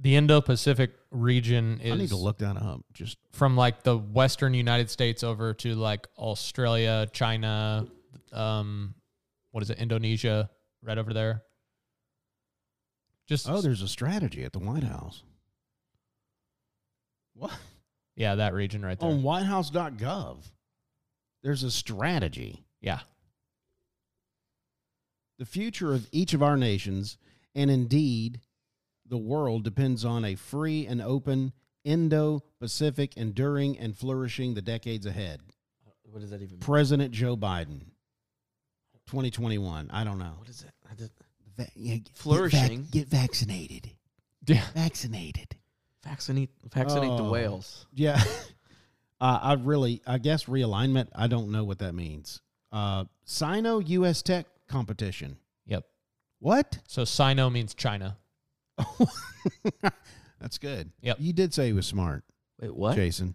The Indo Pacific region is
I need to look that up. Just
from like the western United States over to like Australia, China, um, what is it, Indonesia, right over there. Just
oh, there's a strategy at the White House. What
yeah, that region right there.
on WhiteHouse.gov? There's a strategy.
yeah,
The future of each of our nations, and indeed the world, depends on a free and open Indo Pacific enduring and flourishing the decades ahead.
What does that even mean?
President Joe Biden, 2021. I don't know.
What is that? I did-
Va- yeah, get- get vac-
Flourishing.
Get, vaccinated.
yeah.
Vaccinated.
Vaccinate, vaccinate the
Oh.
whales.
Yeah. uh, I really, I guess realignment, I don't know what that means. Uh, Sino US Tech competition.
Yep.
What?
So Sino means China.
That's good.
Yep.
You did say he was smart,
Wait, what?
Jason.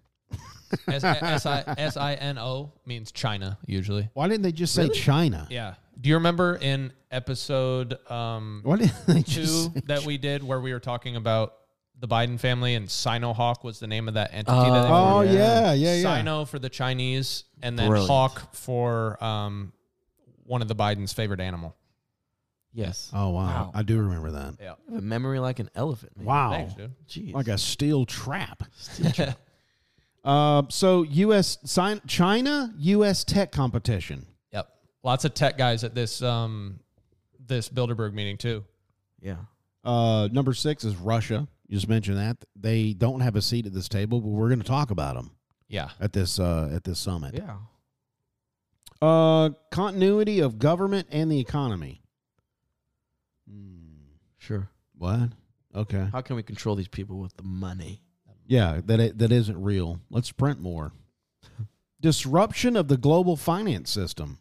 S I S I N O means China usually.
Why didn't they just say China?
Yeah. Do you remember in episode um,
Why didn't they
two
just say
that we did where we were talking about the Biden family and Sinohawk was the name of that entity? that they
Oh,
Oh
formed?
yeah, yeah, yeah.
Sino for the Chinese and then
Brilliant.
Hawk for um, one of the Biden's favorite animal.
Yes.
Oh wow.
Wow.
I do remember that.
Yeah.
I have a memory like an elephant. Man.
Wow,
Thanks, dude.
Jeez.
like a steel trap.
Steel trap.
Uh, so U.S. Sin- China U.S. Tech competition.
Yep. Lots of tech guys at this um, this Bilderberg meeting too.
yeah.
Uh, number six is Russia. You just mentioned that they don't have a seat at this table, but we're going to talk about them
Yeah.
at this uh, at this summit.
Yeah.
Uh, continuity of government and the economy. Hmm.
Sure.
What? Okay.
How can we control these people with the money?
Yeah, that it, that isn't real. Let's print more. Disruption of the global finance system.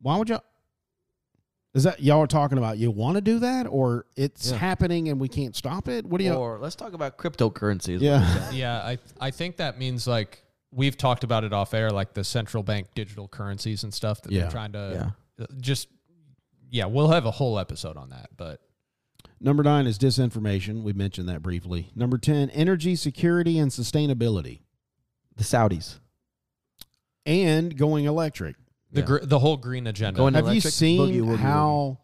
Why would y'all? Is that y'all are talking about? You want to do that, or it's
Yeah.
happening and we can't stop it? What do you?
Or let's talk about cryptocurrencies.
yeah,
Yeah, I I think that means like we've talked about it off air, like the central bank digital currencies and stuff that
Yeah.
they're trying
Uh,
to just yeah. We'll have a whole episode on that, but
Number nine is disinformation. We mentioned that briefly. Number 10, energy security and sustainability
The Saudis.
and going electric.
the
Yeah.
gr- the whole green agenda.
Going- An
Have you
electric
seen
boogie woogie
how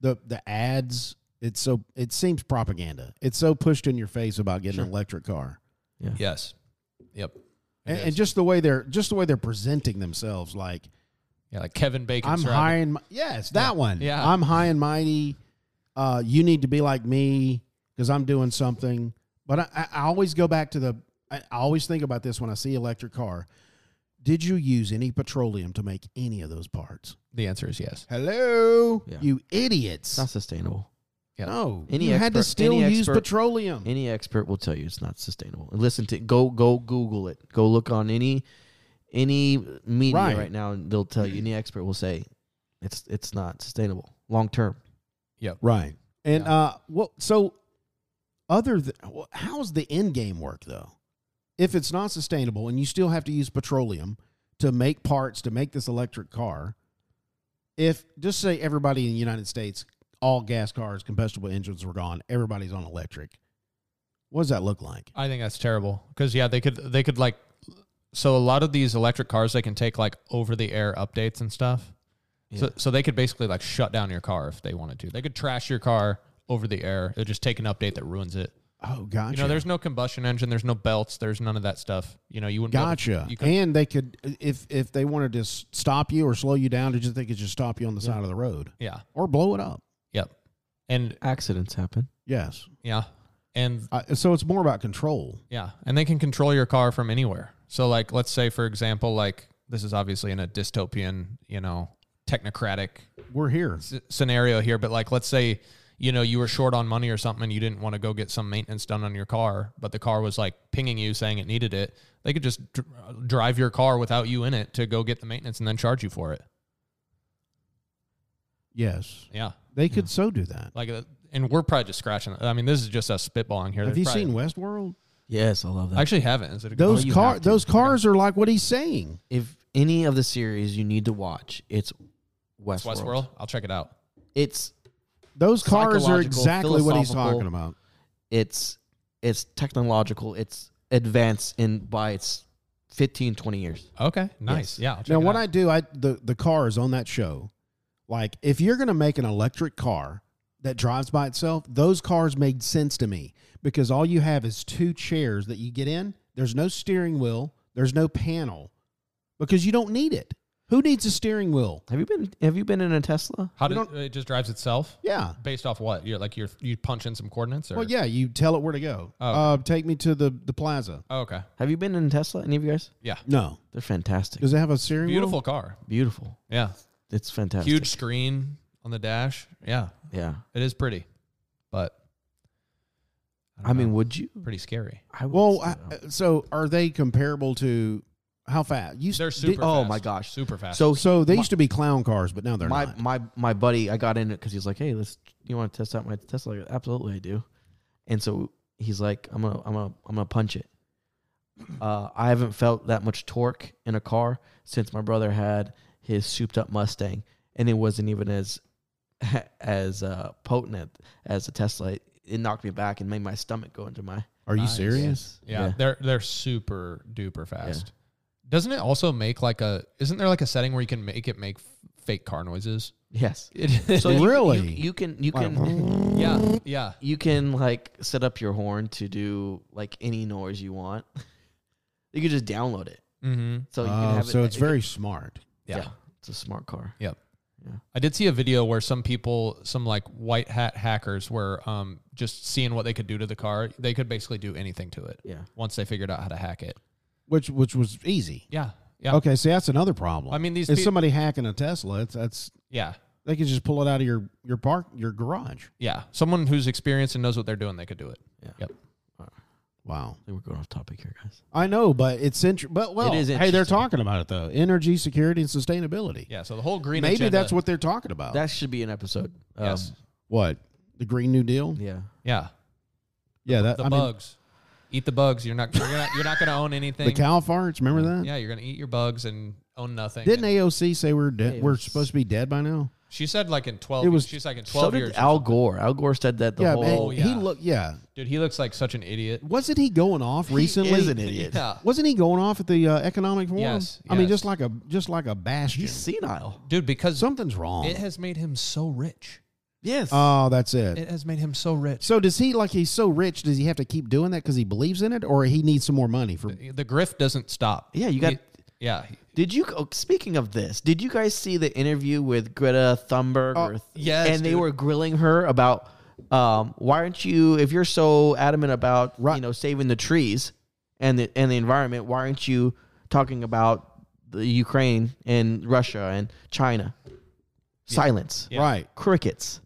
the the ads it's so it seems propaganda. It's so pushed in your face about getting an electric car.
yes, yep, It
And,
is.
and just the way they're just the way they're presenting themselves like
yeah, like Kevin Bacon.
I'm
surrounded-
high and mi- yes, that one.
Yeah.
I'm high and mighty. Uh, you need to be like me because I'm doing something. But I- I, I always go back to the. I I always think about this when I see electric car. Did you use any petroleum to make any of those parts?
The answer is yes.
Hello,
Yeah.
you
It's
idiots!
not sustainable.
no,
Any
you had to
expert-
still
any
use
expert-
petroleum.
Any expert will tell you it's not sustainable. And listen to go go Google it. Go look on any any media
Right.
right, now, and they'll tell you. Any expert will say it's it's not sustainable long term.
right. And uh, well, so other than well, how's the end game work though? If it's not sustainable and you still have to use petroleum to make parts to make this electric car, if just say everybody in the United States, all gas cars, combustible engines were gone, everybody's on electric. What does that look like?
I think that's terrible because yeah, they could they could like so a lot of these electric cars they can take like over the air updates and stuff. So so they could basically like shut down your car if they wanted to. They could trash your car over the air. They'll just take an update that ruins it.
Oh, gotcha.
You know, there's no combustion engine, there's no belts, there's none of that stuff. You know, you wouldn't be able to-
gotcha.
you could,
and they could, if if they wanted to s- stop you or slow you down, they just they could just stop you on the side of the road
yeah,
or blow it up.
yep, and
Accidents happen.
Yes.
yeah, and
Uh, so it's more about control.
yeah, and they can control your car from anywhere. So, like, let's say for example, like this is obviously in a dystopian, you know, technocratic
We're here.
s- scenario here, but like, let's say you know you were short on money or something, and you didn't want to go get some maintenance done on your car, but the car was like pinging you saying it needed it. They could just dr- drive your car without you in it to go get the maintenance and then charge you for it.
Yes.
Yeah.
They could so do that.
Like, uh, and we're probably just scratching. I mean, this is just us spitballing here.
Have
There's
you
probably-
seen Westworld?
Yes, I love that.
I actually haven't. Is it a good
Those
you
car
have to.
those cars are like what he's saying.
if any of the series you need to watch, it's Westworld.
Westworld? World? I'll check it out.
It's
Those cars are
Psychological,
exactly what he's
philosophical.
talking about.
it it's it's technological. It's advanced in by its 15, 20 years.
Okay, nice. Yeah. I'll check
Now,
it
what
out.
I do, I the the cars on that show, like if you're going to make an electric car that drives by itself, those cars made sense to me because all you have is two chairs that you get in. There's no steering wheel. There's no panel because you don't need it. Who needs a steering wheel?
Have you been Have you been in a Tesla?
how did it just drives itself
Yeah.
based off what you're like you're you punch in some coordinates or
Well, yeah, you tell it where to go.
Oh.
Uh, take me to the the plaza.
Oh, okay
Have you been in a Tesla? Any of you guys?
yeah
No,
They're fantastic.
does it have a steering
beautiful
wheel?
car
Beautiful.
yeah
It's fantastic.
huge screen on the dash yeah
Yeah.
it is pretty but
I mean, would you?
pretty scary
I would
Well,
say
I,
no.
so are they comparable to how fast? You s-
they're
did-
super
oh
fast.
my gosh.
super fast
so
So they
my-
used to be clown cars, but now they're
my
not.
my my buddy, I got in it because he's like, "Hey, let's you want to test out my Tesla?" I go, Absolutely, I do. And so he's like, "I'm gonna I'm gonna I'm gonna punch it." Uh, I haven't felt that much torque in a car since my brother had his souped up Mustang, and it wasn't even as as uh, potent as a Tesla. It, it knocked me back and made my stomach go into my.
Are you
Nice.
serious?
Yeah,
Yeah.
they're they're super duper fast. Doesn't it also make like a? Isn't there like a setting where you can make it make f- fake car noises?
Yes.
It,
you- you-
Really?
you can you can
yeah, yeah.
you can like set up your horn to do like any noise you want. You can just download it,
Mm-hmm.
so you
Oh,
can have it.
so it's
it-
very smart.
Yeah.
It's a smart car.
Yep.
Yeah.
I did see a video where some people, some like white hat hackers, were um just seeing what they could do to the car. They could basically do anything to it
Yeah,
once they figured out how to hack it.
Which which was easy.
Yeah, yeah.
Okay, see that's another problem.
I mean, these
if
peo-
somebody hacking a Tesla, it's, that's
Yeah,
they could just pull it out of your your park your garage.
yeah. Someone who's experienced and knows what they're doing, they could do it.
yeah.
Yep.
Wow,
I think we're going off topic here, guys.
I know, but it's int- but well,
is
hey, they're
interesting.
talking about it though. Energy security and sustainability.
Yeah. So the whole green.
Maybe
agenda-
that's what they're talking about.
That should be an episode. Um,
Yes.
what the Green New Deal?
Yeah.
Yeah.
Yeah, that
The
I mean,
bugs. Eat the bugs. You're not. You're not. You're not going to own anything.
the cow farts. Remember that?
Yeah, you're gonna eat your bugs and own nothing.
Didn't
And
AOC say we're dead? We're
AOC.
supposed to be dead by now.
she said like in twelve?
It was-
she's like in
So
twelve
did
years. Oh,
Al Gore. Al Gore said that the
yeah, man,
whole.
yeah.
he looked. Yeah,
Dude, he looks like such an idiot.
wasn't he going off recently?
is an idiot.
Yeah.
Wasn't he going off at the uh, economic forum?
Yes,
I mean,
yes.
just like a just like a bastion.
He's senile.
Dude, because
Something's wrong.
it has made him so rich.
Yes.
oh, that's it.
It has made him so rich.
So does he like he's so rich? Does he have to keep doing that because he believes in it, or he needs some more money for?
The grift doesn't stop.
yeah, you got.
He- yeah. he-
Did you? Oh, speaking of this, did you guys see the interview with Greta Thunberg?
Oh,
or th-
yes,
and they
dude.
were grilling her about um, why aren't you? If you're so adamant about you know saving the trees and the and the environment, why aren't you talking about the Ukraine and Russia and China? Silence,
Yeah.
Right.
crickets.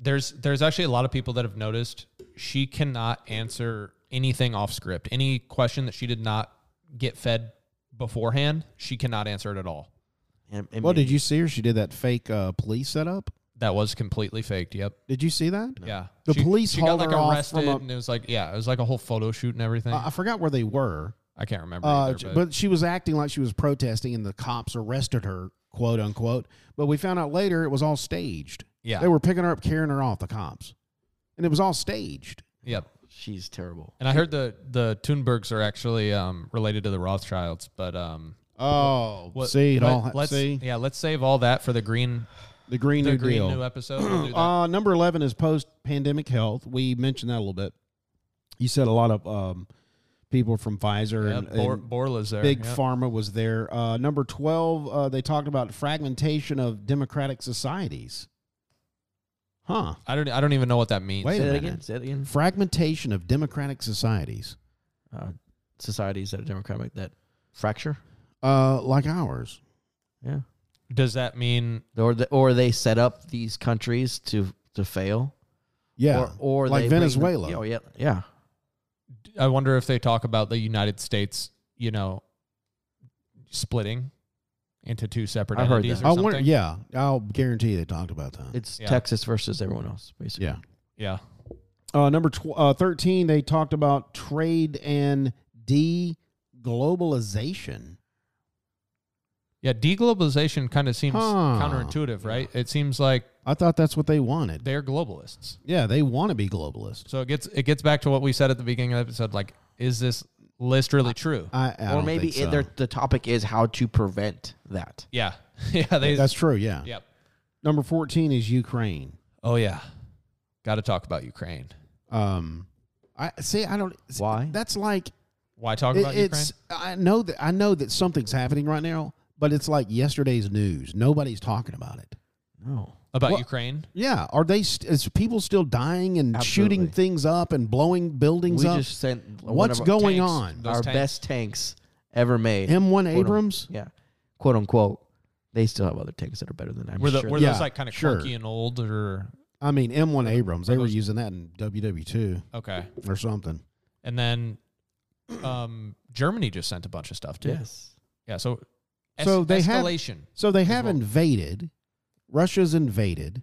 There's there's actually a lot of people that have noticed she cannot answer anything off script. Any question that she did not get fed beforehand, she cannot answer it at all.
And, and
Well, did you see her? She did that fake uh, police setup.
That was completely faked. Yep.
Did you see that?
Yeah.
The police
she got
hauled
like
her off
arrested
from a-
and it was like yeah, it was like a whole photo shoot and everything.
I I forgot where they were,
I can't remember.
uh,
either,
but. she was acting like she was protesting, and the cops arrested her, quote unquote. But we found out later it was all staged.
Yeah.
they were picking her up, carrying her off the cops, and it was all staged.
yep.
She's terrible.
And I heard the the Thunbergs are actually um, related to the Rothschilds, but um,
Oh,
what-
see it
let-
all.
Let's
see
yeah, let's save all that for the green
the Green
the
New
green
Deal.
new episode. We'll do that.
Uh, number 11 is post pandemic health. We mentioned that a little bit. You said a lot of um, people from Pfizer
yeah,
and,
Bor-
and
Borla's there.
Big
yeah.
Pharma was there. Uh, number 12, uh, they talked about fragmentation of democratic societies. Huh.
I don't I don't even know what that means.
Wait
Say
a
that
minute.
again. Say that again.
Fragmentation of democratic societies
Uh, societies that are democratic that fracture,
uh, like ours.
yeah,
Does that mean
or the, or they set up these countries to to fail.
Yeah.
or, or
Like
they bring them-
Venezuela.
Yeah, oh yeah, yeah.
I wonder if they talk about the United States, you know, splitting into two separate
I heard
entities
that.
or
I
something?
wonder, yeah, I'll guarantee they talked about that.
It's
Yeah.
Texas versus everyone else, basically.
yeah.
yeah.
Uh, number tw- uh, 13, they talked about trade and deglobalization.
Yeah, deglobalization kind of seems
Huh.
counterintuitive, right? It seems like
I thought that's what they wanted.
they're globalists.
Yeah, they want to be globalists.
So it gets it gets back to what we said at the beginning of the episode. Like, is this list really true?
I, I
or
don't
maybe
think so.
it, their, the topic is how to prevent that.
yeah, yeah. They.
that's true. Yeah.
yep.
Number fourteen is Ukraine.
Oh yeah. Got to talk about Ukraine.
Um, I see. I don't. see,
Why?
That's like
Why talk
it-
about Ukraine?
it's. I know that. I know that something's happening right now, but it's like yesterday's news. Nobody's talking about it.
No.
About
what-
Ukraine?
Yeah. Are they? St- is people still dying and shooting
Absolutely.
things up and blowing buildings
We
up?
just sent one
What's
of our-
going
tanks.
on?
Those
our
tanks.
best tanks ever made.
M1
Quote, un-
Abrams.
Yeah. Quote unquote. They still have other tanks that are better than I'm
Were, the,
sure.
were
Yeah,
those like kind of
sure.
clunky and old, or
I mean, M1 Abrams. They were
those-
using that in WW2
okay?
or something.
And then, um, Germany just sent a bunch of stuff too.
yes.
Yeah. So, es-
So they have-
escalation.
So they
As
have
well.
invaded. Russia's invaded.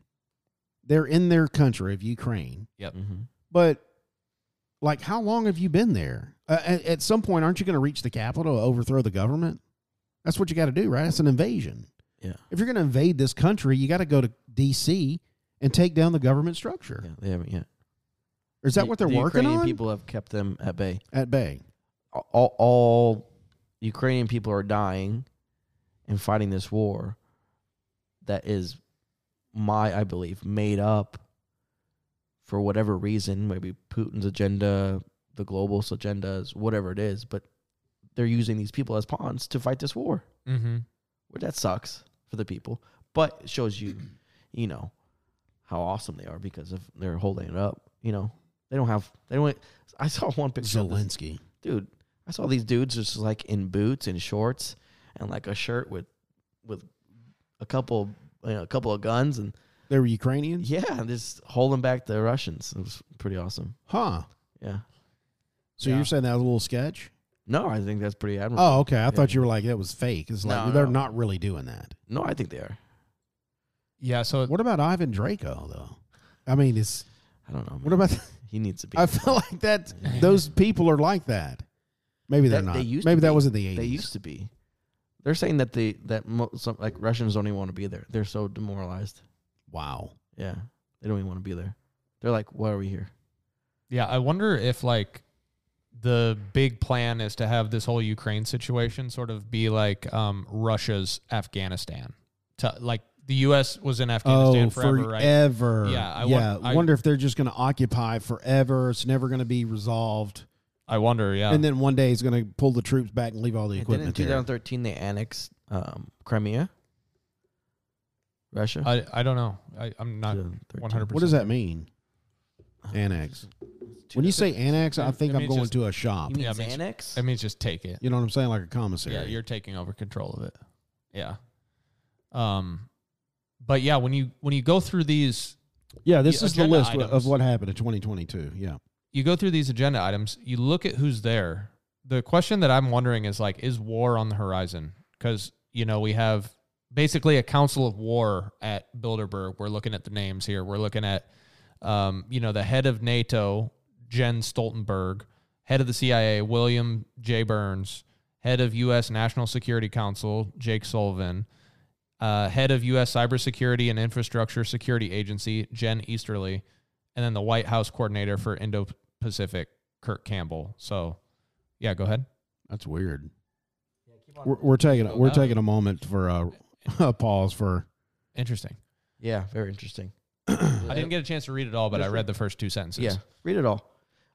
They're in their country of Ukraine.
Mm-hmm.
But like, how long have you been there? Uh, at, at some point, aren't you going to reach the capital to overthrow the government? That's what you got to do, right? It's an invasion.
Yeah.
If you're going to invade this country, you got to go to D.C. and take down the government structure.
Yeah, they haven't yet.
Is that
The-
what they're
the
working
Ukrainian
on
People have kept them at bay.
at bay?
All, all Ukrainian people are dying and fighting this war. That is my, I believe, made up for whatever reason. Maybe Putin's agenda, the globalist agendas, whatever it is. But they're using these people as pawns to fight this war.
Mm-hmm.
Well, that sucks for the people, but it shows you, you know, how awesome they are because of they're holding it up. You know, they don't have they don't. I saw one picture. Of this,
Zelensky.
dude, I saw these dudes just like in boots and shorts and like a shirt with with a couple you know, a couple of guns and
They were Ukrainians?
yeah, and just holding back the Russians. It was pretty awesome.
Huh.
Yeah.
So
Yeah.
you're saying that was a little sketch?
No, I think that's pretty admirable.
Oh, okay. I thought you were like, that was fake. It's like,
Mm. No,
they're
no.
not really doing that.
No, I think they are.
Yeah. So
What about Ivan Draco, though? I mean, it's,
I don't know.
what
man.
about,
he needs to be?
I feel like that, those people are like that. Maybe they're
That-
not.
they used to
Maybe that
be.
was in the 80s.
They used to be. They're saying that the that mo- some, like Russians don't even want to be there. They're so demoralized.
Wow.
Yeah, they don't even want to be there. They're like, why are we here?
Yeah, I wonder if like the big plan is to have this whole Ukraine situation sort of be like um, Russia's Afghanistan. To, like the U.S. was in Afghanistan
Oh,
forever, right?
forever.
Yeah, I
yeah.
won- I-
wonder if they're just going to occupy forever. It's never going to be resolved.
I wonder. Yeah,
and then one day it's going to pull the troops back and leave all the
And then in
equipment there.
2013, they annexed um, Crimea, Russia.
I, I don't know. I, I'm not
2013.
one hundred
What does
percent.
that mean? Annex. When you say annex, I
It
think I'm
means
going
just-
to a shop.
you mean
Yeah, it means-
annex?
I mean, just take it.
You know what I'm saying? Like a commissary.
Yeah, you're taking over control of it. Yeah. Um, but yeah, when you when you go through these
Yeah, this
Yeah,
is the
agenda
list
items.
of what happened in 2022. Yeah.
you go through these agenda items, you look at who's there. The question that I'm wondering is like, is war on the horizon? Because, you know, we have basically a council of war at Bilderberg. We're looking at the names here. We're looking at, um, you know, the head of NATO, Jen Stoltenberg, head of the CIA, William J. Burns, head of U.S. National Security Council, Jake Sullivan, uh, head of U.S. Cybersecurity and Infrastructure Security Agency, Jen Easterly, and then the White House coordinator for Indo Pacific, Kirk Campbell. So, yeah, go ahead.
That's weird. We're, we're taking a- we're taking a moment for a, a pause for
Interesting.
yeah, very interesting.
I didn't get a chance to read it all, but I read the first two sentences.
Yeah, read it all.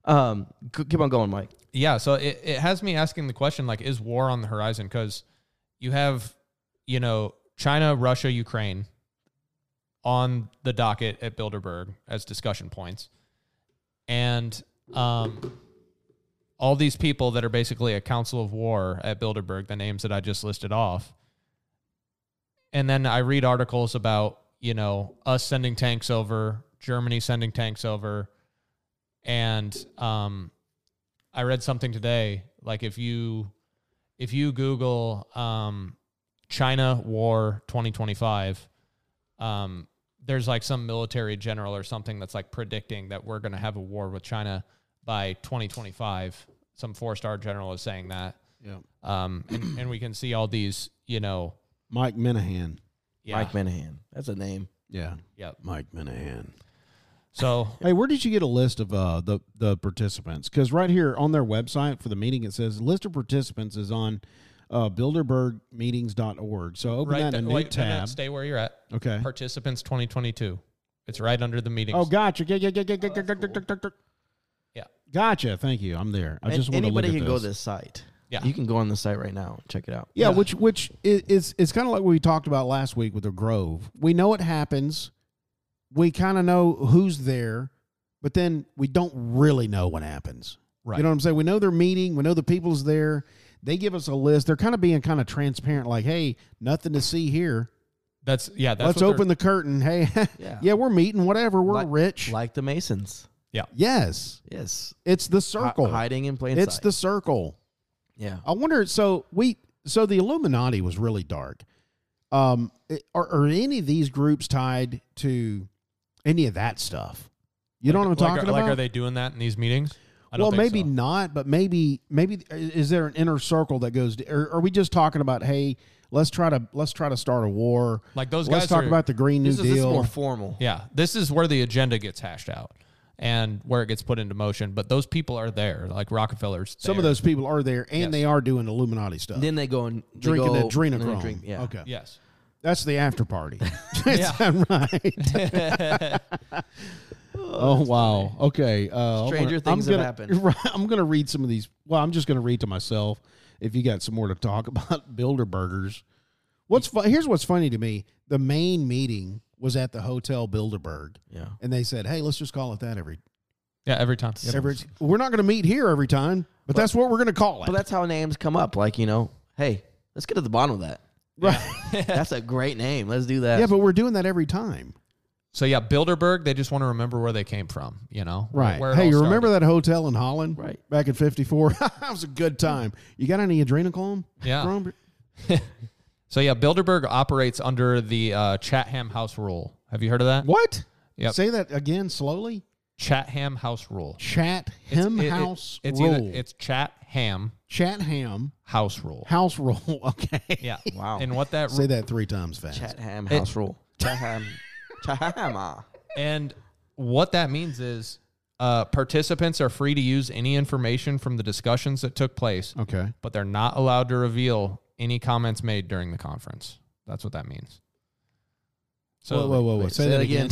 Um, c- keep on going, Mike.
yeah so it, it has me asking the question like is war on the horizon because you have you know china russia ukraine on the docket at bilderberg as discussion points and um, all these people that are basically a council of war at bilderberg the names that i just listed off and then i read articles about you know us sending tanks over germany sending tanks over and um, I read something today. Like if you if you Google um, China War 2025, um, there's like some military general or something that's like predicting that we're going to have a war with China by 2025. Some four star general is saying that.
Yeah.
Um, and, and we can see all these, you know,
Mike Minahan.
Yeah.
Mike Minahan. That's a name.
Yeah.
Yep.
Mike Minahan.
So
Hey, where did you get a list of uh, the the participants? Because right here on their website for the meeting, it says list of participants is on uh, bilderbergmeetings.org. So open
right
that
there,
in a new
wait, no, no,
tab.
stay where you're at.
okay.
Participants 2022. It's right under the meetings.
Oh, gotcha. Yeah, yeah, yeah, yeah, yeah, yeah, yeah, yeah.
Yeah.
Gotcha. Thank you. I'm there. I
And
just want to look
anybody
at this.
can go to this site.
Yeah.
You can go on the site right now and check it out.
Yeah, which which i- is it's kind of like what we talked about last week with the Grove. We know it happens. We kind of know who's there, but then we don't really know what happens.
Right.
You know what I'm saying? We know they're meeting. We know the people's there. They give us a list. They're kind of being kind of transparent, like, "Hey, nothing to see here.
That's yeah. That's
Let's open the curtain. Hey, yeah.
Yeah.
we're meeting. Whatever. We're
Like-
rich.
Like the Masons.
yes,
Yes.
it's the
Hi-
circle.
hiding in plain
it's
sight.
the circle.
yeah.
I wonder. So we, so the Illuminati was really dark. Um, it- are, are any of these groups tied to any of that stuff? You know what I'm
like,
talking
are, Like,
about?
are they doing that in these meetings? I
well,
don't think
maybe
so.
not, but maybe maybe eh, is there an inner circle that goes? To, or are we just talking about hey, let's try to let's try to start a war?
Like those
let's
guys
talk
are-
about the Green New
This is, this is
Deal.
more formal.
Yeah, this is where the agenda gets hashed out and where it gets put into motion. But those people are there, like Rockefellers.
Some of
there.
those people are there, and
Yes.
they are doing Illuminati stuff.
Then they go and they
Drinking
go, and they
adrenochrome.
drink- yeah.
Okay.
Yes.
That's the after party. Is that right? oh, wow. Okay. Uh,
Stranger
I'm
things have
gonna,
happened.
Right, I'm going to read some of these. Well, I'm just going to read to myself. If you got some more to talk about, Bilderbergers. What's fu- here's what's funny to me. The main meeting was at the Hotel Bilderberg,
Yeah.
and they said, "Hey, let's just call it that every
Yeah, every time. Yep.
every. We're not going to meet here every time, but, that's what we're going to call it."
But that's how names come up. Like, you know, hey, let's get to the bottom of that. Right. That's a great name. Let's do that.
yeah, but we're doing that every time,
so yeah, Bilderberg. They just want to remember where they came from. You know.
right?
Where it
hey,
all
you remember
started.
that hotel in Holland,
Right.
Back in '54, that was a good time. You got any adrenochrome?
Yeah.
Chrome?
So yeah, Bilderberg operates under the uh, Chatham House rule. Have you heard of that?
What?
Yep.
Say that again slowly.
Chatham House rule.
Chat
It's-
him
it- it-
house
it's
rule.
Either, it's Chatham
Chat ham
House rule.
house rule. Okay.
Yeah.
Wow.
And what that
Say that three times fast.
Chatham
It-
House Rule. Chatham. Chatham. ah.
And what that means is uh, participants are free to use any information from the discussions that took place,
Okay.
but they're not allowed to reveal any comments made during the conference. That's what that means. So,
whoa, whoa, whoa, whoa.
wait,
Say,
say
that
that
again.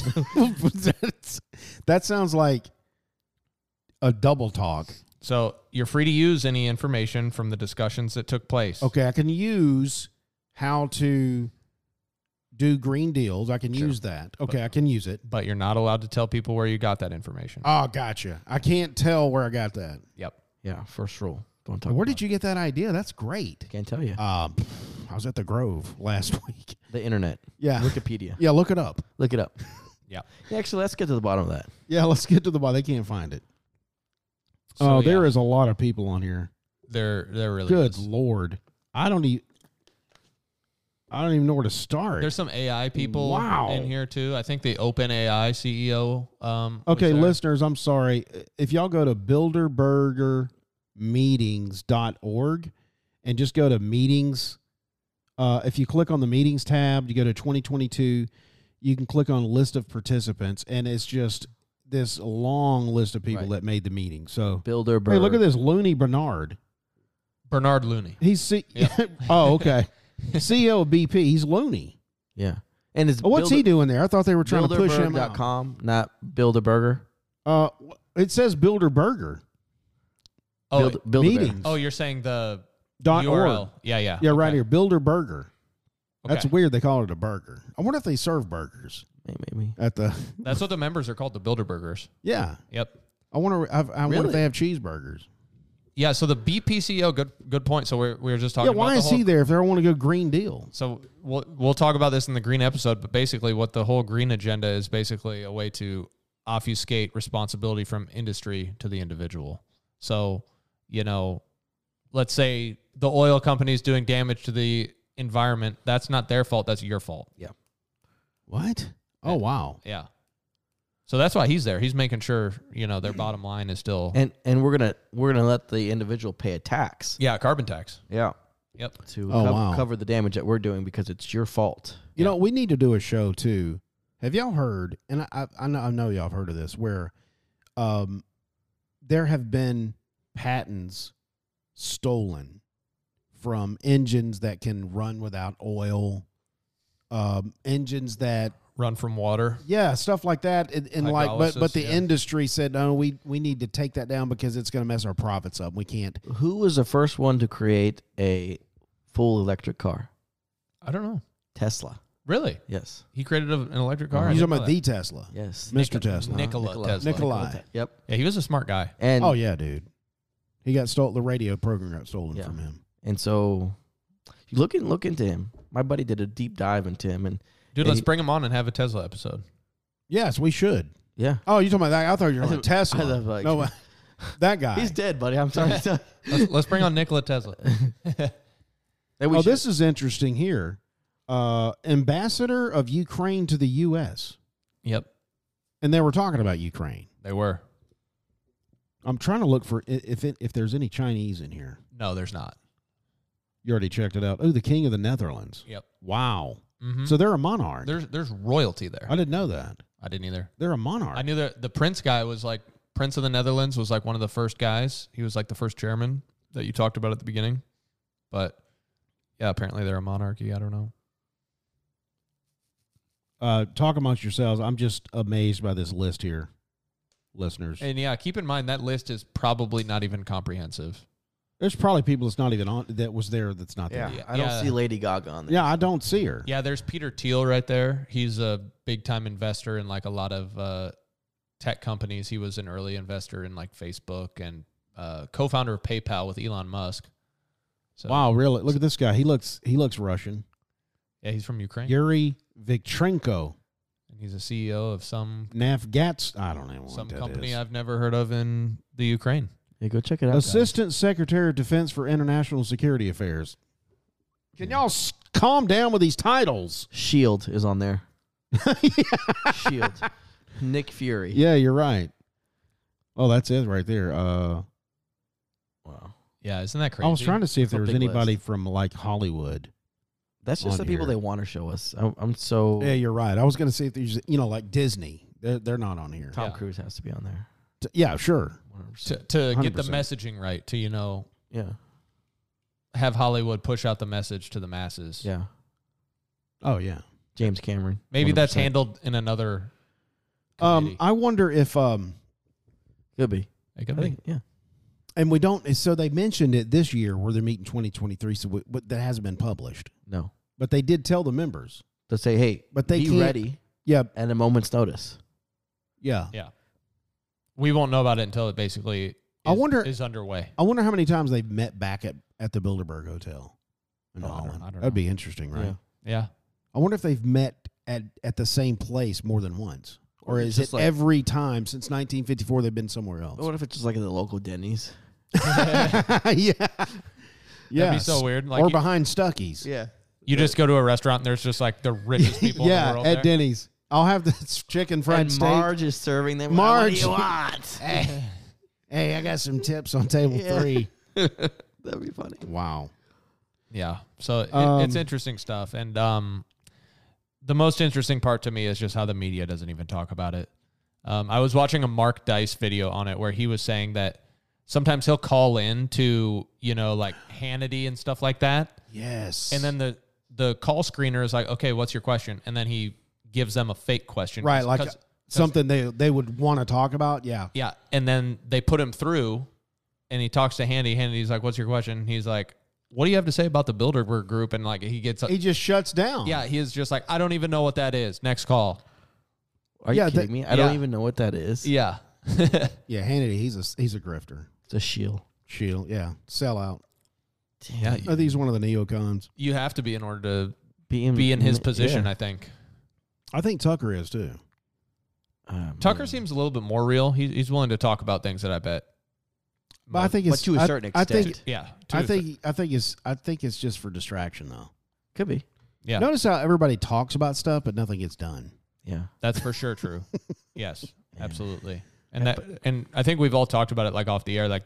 That's- that sounds like a double talk.
so you're free to use any information from the discussions that took place.
Okay, I can use how to do green deals. I can use that. Okay, I can use it.
But you're not allowed to tell people where you got that information.
Oh, gotcha. I can't tell where I got that.
yep.
Yeah, first rule. Don't talk.
Where
about
did you get that idea? That's great.
it. Can't tell you.
Um, I was at the Grove last week.
the internet.
Yeah.
Wikipedia.
Yeah, look it up.
Look it up.
Yep.
Yeah, actually, let's get to the bottom of that.
Yeah, let's get to the bottom. They can't find it.
So,
oh, there
yeah,
is a lot of people on here.
There, there really
Good
is.
lord, I don't even. I don't even know where to start.
There's some AI people
Wow.
in here too. I think the OpenAI CEO. Um, was
okay,
there.
listeners, I'm sorry. If y'all go to bilderbergermeetings.org and just go to meetings, uh, if you click on the meetings tab, you go to 2022, you can click on list of participants, and it's just this long list of people
Right.
that made the meeting. So,
Bilderberg.
hey, look at this Looney Bernard.
Bernard Looney.
He's C- oh okay, CEO of BP. He's loony.
Yeah. And it's
Oh, what's he doing there? I thought they were trying to push him. out.
Bilderberg.com, not Bilderberger.
Uh, wh- it says Bilderberger
Oh,
Bild- Bilderberg.
meetings.
oh, you're saying the
dot
URL?
org.
Yeah, yeah,
Yeah, right
okay.
here, Bilderberger. That's
Okay.
weird. They call it a burger. I wonder if they serve burgers
May- Maybe.
at the.
That's what the members are called, the Bilderbergers.
Yeah,
Yep.
I wonder. I've, I wonder
Really?
if they have cheeseburgers.
Yeah. So the BPCO, good, good point. So we're, we were just talking.
Yeah, why
about
is
the whole,
he there if they don't want to go Green Deal?
So we'll we'll talk about this in the green episode. But basically, what the whole green agenda is basically a way to obfuscate responsibility from industry to the individual. So you know, let's say the oil company's doing damage to the environment. That's not their fault. That's your fault.
What? Oh wow.
Yeah. So that's why he's there. He's making sure you know their bottom line is still
And and we're gonna we're gonna let the individual pay a tax.
yeah carbon tax.
Yeah.
Yep.
to
Oh,
co-
wow.
cover the damage that we're doing because it's your fault.
You know, we need to do a show too. Have y'all heard? And I, I, I know, I know y'all have heard of this, where um, there have been patents stolen from engines that can run without oil, um, engines that
Run from water.
yeah, stuff like that. And, and like, but but
Hydrolysis,
the
yeah.
industry said no, we we need to take that down because it's going to mess our profits up. We can't.
Who was the first one to create a full electric car?
I don't know.
Tesla.
Really?
Yes.
He created a, an electric car. I
You're
didn't
talking
know
about
that.
the Tesla,
Yes.
Mr. Tesla.
Nikola, Tesla.
Nikolai.
Uh-huh. Yep.
Yeah, he was a smart guy.
And
Oh yeah, dude. He got stolen. The radio program got stolen
Yeah.
from him.
and so you look in, look into him. My buddy did a deep dive into him, and
Dude,
And
let's
he-
bring him on and have a Tesla episode.
Yes, we should.
yeah,
Oh, you talking about that? I thought you were
I
talking about
thought- I
Tesla.
thought, like-
no, uh, that guy.
he's dead, buddy. I'm sorry. to tell you.
Let's, let's bring on Nikola Tesla.
That we
oh,
should-
this is interesting here. Uh, ambassador of Ukraine to the U.S.
yep,
and they were talking about Ukraine.
they were.
I'm trying to look for i- if it, if there's any Chinese in here.
No, there's not.
You already checked it out. Oh, the King of the Netherlands.
Yep.
Wow.
hmm
So they're a monarch.
there's there's royalty there.
I didn't know that.
I didn't either.
They're a monarch.
I knew that the prince guy was like prince of the Netherlands was like one of the first guys. He was like the first chairman that you talked about at the beginning. But yeah, apparently they're a monarchy. I don't know.
uh, talk amongst yourselves. I'm just amazed by this list here, listeners.
And yeah, keep in mind that list is probably not even comprehensive.
There's probably people that's not even on that was there that's not
yeah,
there.
I don't
yeah.
see Lady Gaga on there.
Yeah, I don't see her.
Yeah, there's Peter Thiel right there. He's a big time investor in like a lot of uh, tech companies. He was an early investor in like Facebook and uh, co-founder of PayPal with Elon Musk. So,
Wow, really? Look at this guy. He looks he looks Russian.
Yeah, he's from Ukraine.
Yuri Victrenko,
and he's a CEO of some
Navgats. I don't know what
some
that
company
is.
I've never heard of in the Ukraine.
Yeah, go check it out. guys.
Assistant Secretary of Defense for International Security Affairs. Can y'all s- calm down with these titles?
Shield is on there. Shield. Nick Fury.
Yeah, you're right. Oh, that's it right there. Uh,
Wow.
Yeah, isn't that crazy?
I was trying to see if
That's a
there was
big
anybody from like Hollywood.
That's just
On
the people
here.
they want to show us. I'm, I'm so
Yeah, you're right. I was going to see if there's, you know, like Disney. They're, they're not on here.
Tom
Yeah.
Cruise has to be on there.
T- Yeah, sure.
100%.
to, to get the
100%.
messaging right to you know
Yeah.
have Hollywood push out the message to the masses.
Yeah.
Oh, yeah.
James Cameron.
Maybe that's
100%.
handled in another.
Um,
committee.
I wonder if um,
Could be.
it could
I
be.
think- yeah.
and we don't. So they mentioned it this year where they're meeting 2023. So we, but that hasn't been published.
No.
But they did tell the members.
To say, hey,
But they
be
can't-
ready
Yeah,
at a moment's notice.
yeah.
Yeah. We won't know about it until it basically is,
I wonder-
is underway.
I wonder how many times they've met back at, at the Bilderberg Hotel in
Oh, I don't-
Holland.
I don't
That'd
know.
be interesting, right?
Yeah.
Yeah.
I wonder if they've met at, at the same place more than once, or
It's
is
just
it
like-
every time since 1954 they've been somewhere else?
But what if it's just like at the local Denny's?
yeah, yeah.
That'd be so weird. Like
or
you,
behind Stucky's.
Yeah.
you just go to a restaurant and there's just like the richest people in the
yeah,
world.
at
there.
Denny's. I'll have the chicken fried
and
steak.
Marge is serving them.
Marge.
What do you want?
hey, hey, I got some tips on table
Yeah.
three.
That'd be funny.
Wow.
Yeah. So it, it's
Um,
interesting stuff. And um, the most interesting part to me is just how the media doesn't even talk about it. Um, I was watching a Mark Dice video on it where he was saying that sometimes he'll call in to, you know, like Hannity and stuff like that.
Yes.
And then the, the call screener is like, okay, what's your question? And then he gives them a fake question.
right,
'Cause-
like uh,
'cause-
something they they would want to talk about. Yeah.
Yeah, and then they put him through, and he talks to Handy. Handy's like, "What's your question?" He's like, "What do you have to say about the Bilderberg Group?" And like, he gets,
He just shuts down.
yeah, he is just like, "I don't even know what that is." Next call.
Are
Yeah,
you
that-
kidding me? I don't
yeah.
even know what that is.
Yeah,
Yeah, Hannity, he's a he's a grifter.
It's a shield.
Shield, yeah, sell out.
yeah.
I think he's one of the neocons.
You have to be in order to
Be in,
be in
Mm,
his position.
yeah.
I think
I think Tucker is too.
Um,
Tucker seems a little bit more real. He, he's willing to talk about things that I bet.
But I think
But
it's
to a
I-
certain
I think
extent.
Yeah,
I think I think it's I think it's just for distraction though.
Could be.
Yeah.
Notice how everybody talks about stuff, but nothing gets done.
Yeah.
That's for sure true. yes, absolutely. And that and I think we've all talked about it like off the air like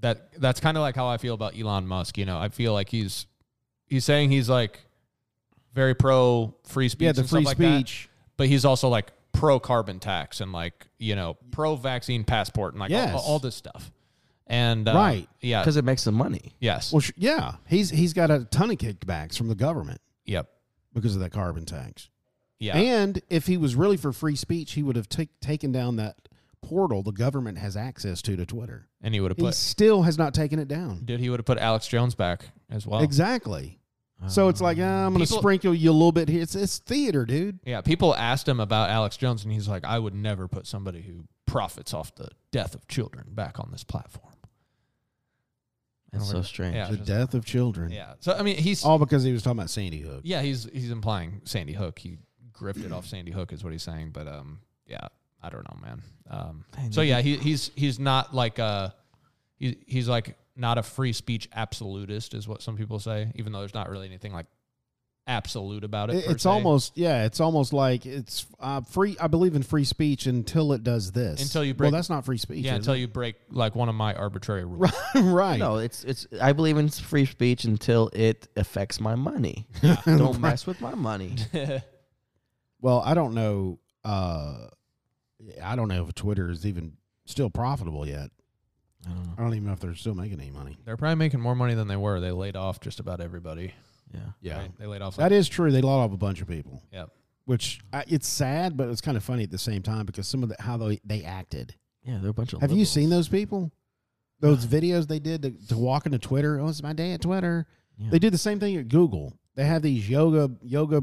that that's kind of like how I feel about Elon Musk, you know. I feel like he's he's saying he's like very pro free speech.
Yeah, the
and stuff
free
like that,
speech.
but he's also like pro carbon tax and like you know pro vaccine passport and like all-
Yes.
all, all this stuff. And uh,
Right.
yeah,
because it makes some money.
yes,
Well, sh- yeah, he's he's got a ton of kickbacks from the government
yep,
because of that carbon tax.
yeah,
And if he was really for free speech, he would have ta- taken down that portal the government has access to to Twitter.
and he would have
He
put
still has not taken it down.
dude, he would have put Alex Jones back as well.
Exactly. So it's like ah, I'm going to
People-
sprinkle you a little bit here. It's, it's theater, dude.
Yeah, people asked him about Alex Jones, and he's like, "I would never put somebody who profits off the death of children back on this platform."
That's
Oh,
so
we're-
strange.
Yeah,
The
just-
death of children.
yeah. So I mean, he's
All because he was talking about Sandy Hook.
yeah, he's he's implying Sandy Hook. He grifted off Sandy Hook, is what he's saying. But um, yeah, I don't know, man. Um, so yeah, he, he's he's not like a he, he's like not a free speech absolutist, is what some people say, even though there's not really anything like absolute about it.
It-
per
it's
se.
almost yeah. It's almost like it's uh, free. I believe in free speech until it does this.
Until you
well,
break-
that's not free speech.
yeah
is
until you break like one of my arbitrary rules.
it? right.
No, it's it's. I believe in free speech until it affects my money. Don't mess with my money.
Well, I don't know. Uh, I don't know if Twitter is even still profitable yet.
I don't know.
I don't even know if they're still making any money.
They're probably making more money than they were. They laid off just about everybody.
Yeah.
right? They laid off. Like,
that is true. They lost off a bunch of people,
yeah.
which I, it's sad, but it's kind of funny at the same time because some of the, how they they acted.
Yeah, they're a bunch of.
Have you
liberals.
seen those people? Those videos they did to, to walk into Twitter. Oh, it's my day at Twitter.
Yeah.
They do the same thing at Google. They have these yoga yoga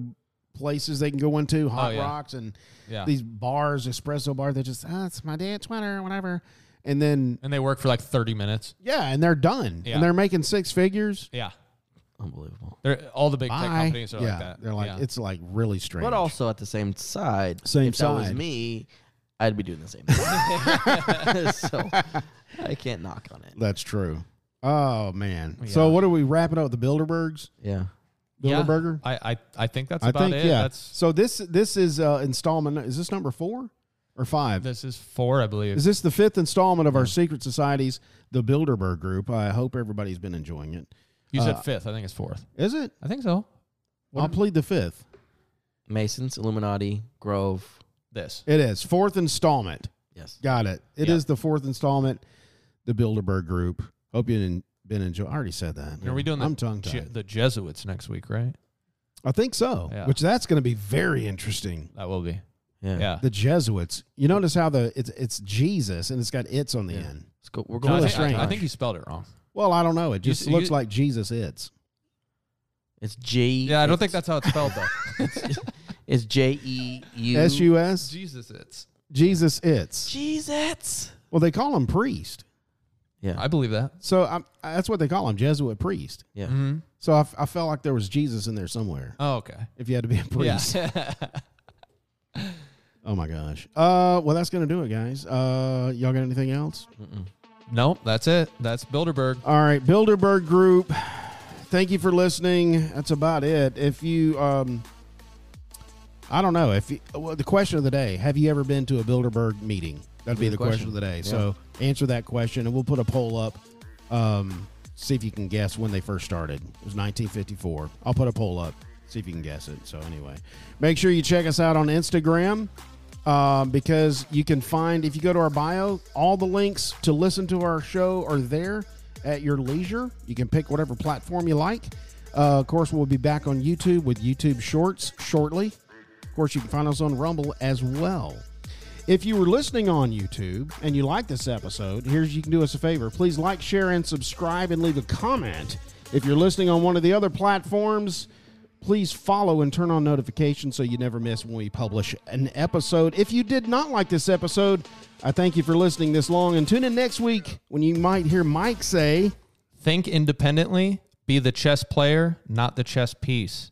places they can go into, hot
Oh, yeah.
rocks and
Yeah.
these bars, espresso bars. They just, ah, it's my day at Twitter, whatever. And then
and they work for like 30 minutes.
Yeah, and they're done.
Yeah.
And they're making six figures.
Yeah.
Unbelievable.
They're all the big tech
Bye.
companies are
yeah,
like that.
They're like
yeah.
it's like really strange.
But also at the same side,
Same
if that was
side.
me, I'd be doing the same. thing. so I can't knock on it.
That's true. Oh man. So what are we wrapping up with the Bilderbergs?
Yeah.
Yeah.
Bilderberger?
I, I I think that's
I
about
think
it.
yeah.
That's
so this this is uh installment is this number 4 or 5?
this is four, I believe.
Is this the fifth installment of our secret societies, the Bilderberg group? I hope everybody's been enjoying it.
You
uh,
said fifth. I think it's fourth.
Is it?
I think so.
I'll plead the fifth.
Masons, Illuminati, Grove.
This.
It is fourth installment.
Yes.
Got it. It is
Yeah.
the fourth installment, the Bilderberg Group. Hope you've been enjoying. I already said that.
Are we doing the,
I'm tongue
Je-
tied.
the Jesuits next week, right?
I think so.
Yeah.
Which that's going to be very interesting.
That will be.
Yeah.
Yeah.
The Jesuits. You notice how the it's it's Jesus and it's got it's on the end.
Let's go. We're
No, I,
going.
Really
think,
strange.
I, I think you spelled it wrong.
Well, I don't know. It
You
just
s- you-
looks like Jesus. It's
It's J.
Yeah, I don't think
it's-
that's how it's spelled though.
It's J E U.
S U S.
Jesus, it's.
Jesus. It's.
Jesus.
Well, they call him priest.
Yeah.
I believe that.
So I'm, that's what they call him, Jesuit priest.
yeah.
Mm-hmm.
So I, f- I felt like there was Jesus in there somewhere.
Oh, okay.
If you had to be a priest.
Yeah.
Oh my gosh. Uh, well, that's gonna do it, guys. Uh, y'all got anything else?
nope. That's it. That's Bilderberg.
All right, Bilderberg Group. Thank you for listening. That's about it. If you, um, I don't know. If you, well, the question of the day: Have you ever been to a Bilderberg meeting? That'd be the question. of the day. So answer that question, and we'll put a poll up. Um, see if you can guess when they first started. It was 1954. I'll put a poll up. See if you can guess it. So anyway, make sure you check us out on Instagram um, because you can find if you go to our bio, all the links to listen to our show are there at your leisure. You can pick whatever platform you like. Uh, of course, we'll be back on YouTube with YouTube Shorts shortly. Of course, you can find us on Rumble as well. If you were listening on YouTube and you like this episode, here's you can do us a favor. Please like, share, and subscribe, and leave a comment. If you're listening on one of the other platforms, please follow and turn on notifications so you never miss when we publish an episode. If you did not like this episode, I thank you for listening this long and tune in next week when you might hear Mike say,
Think independently, be the chess player, not the chess piece.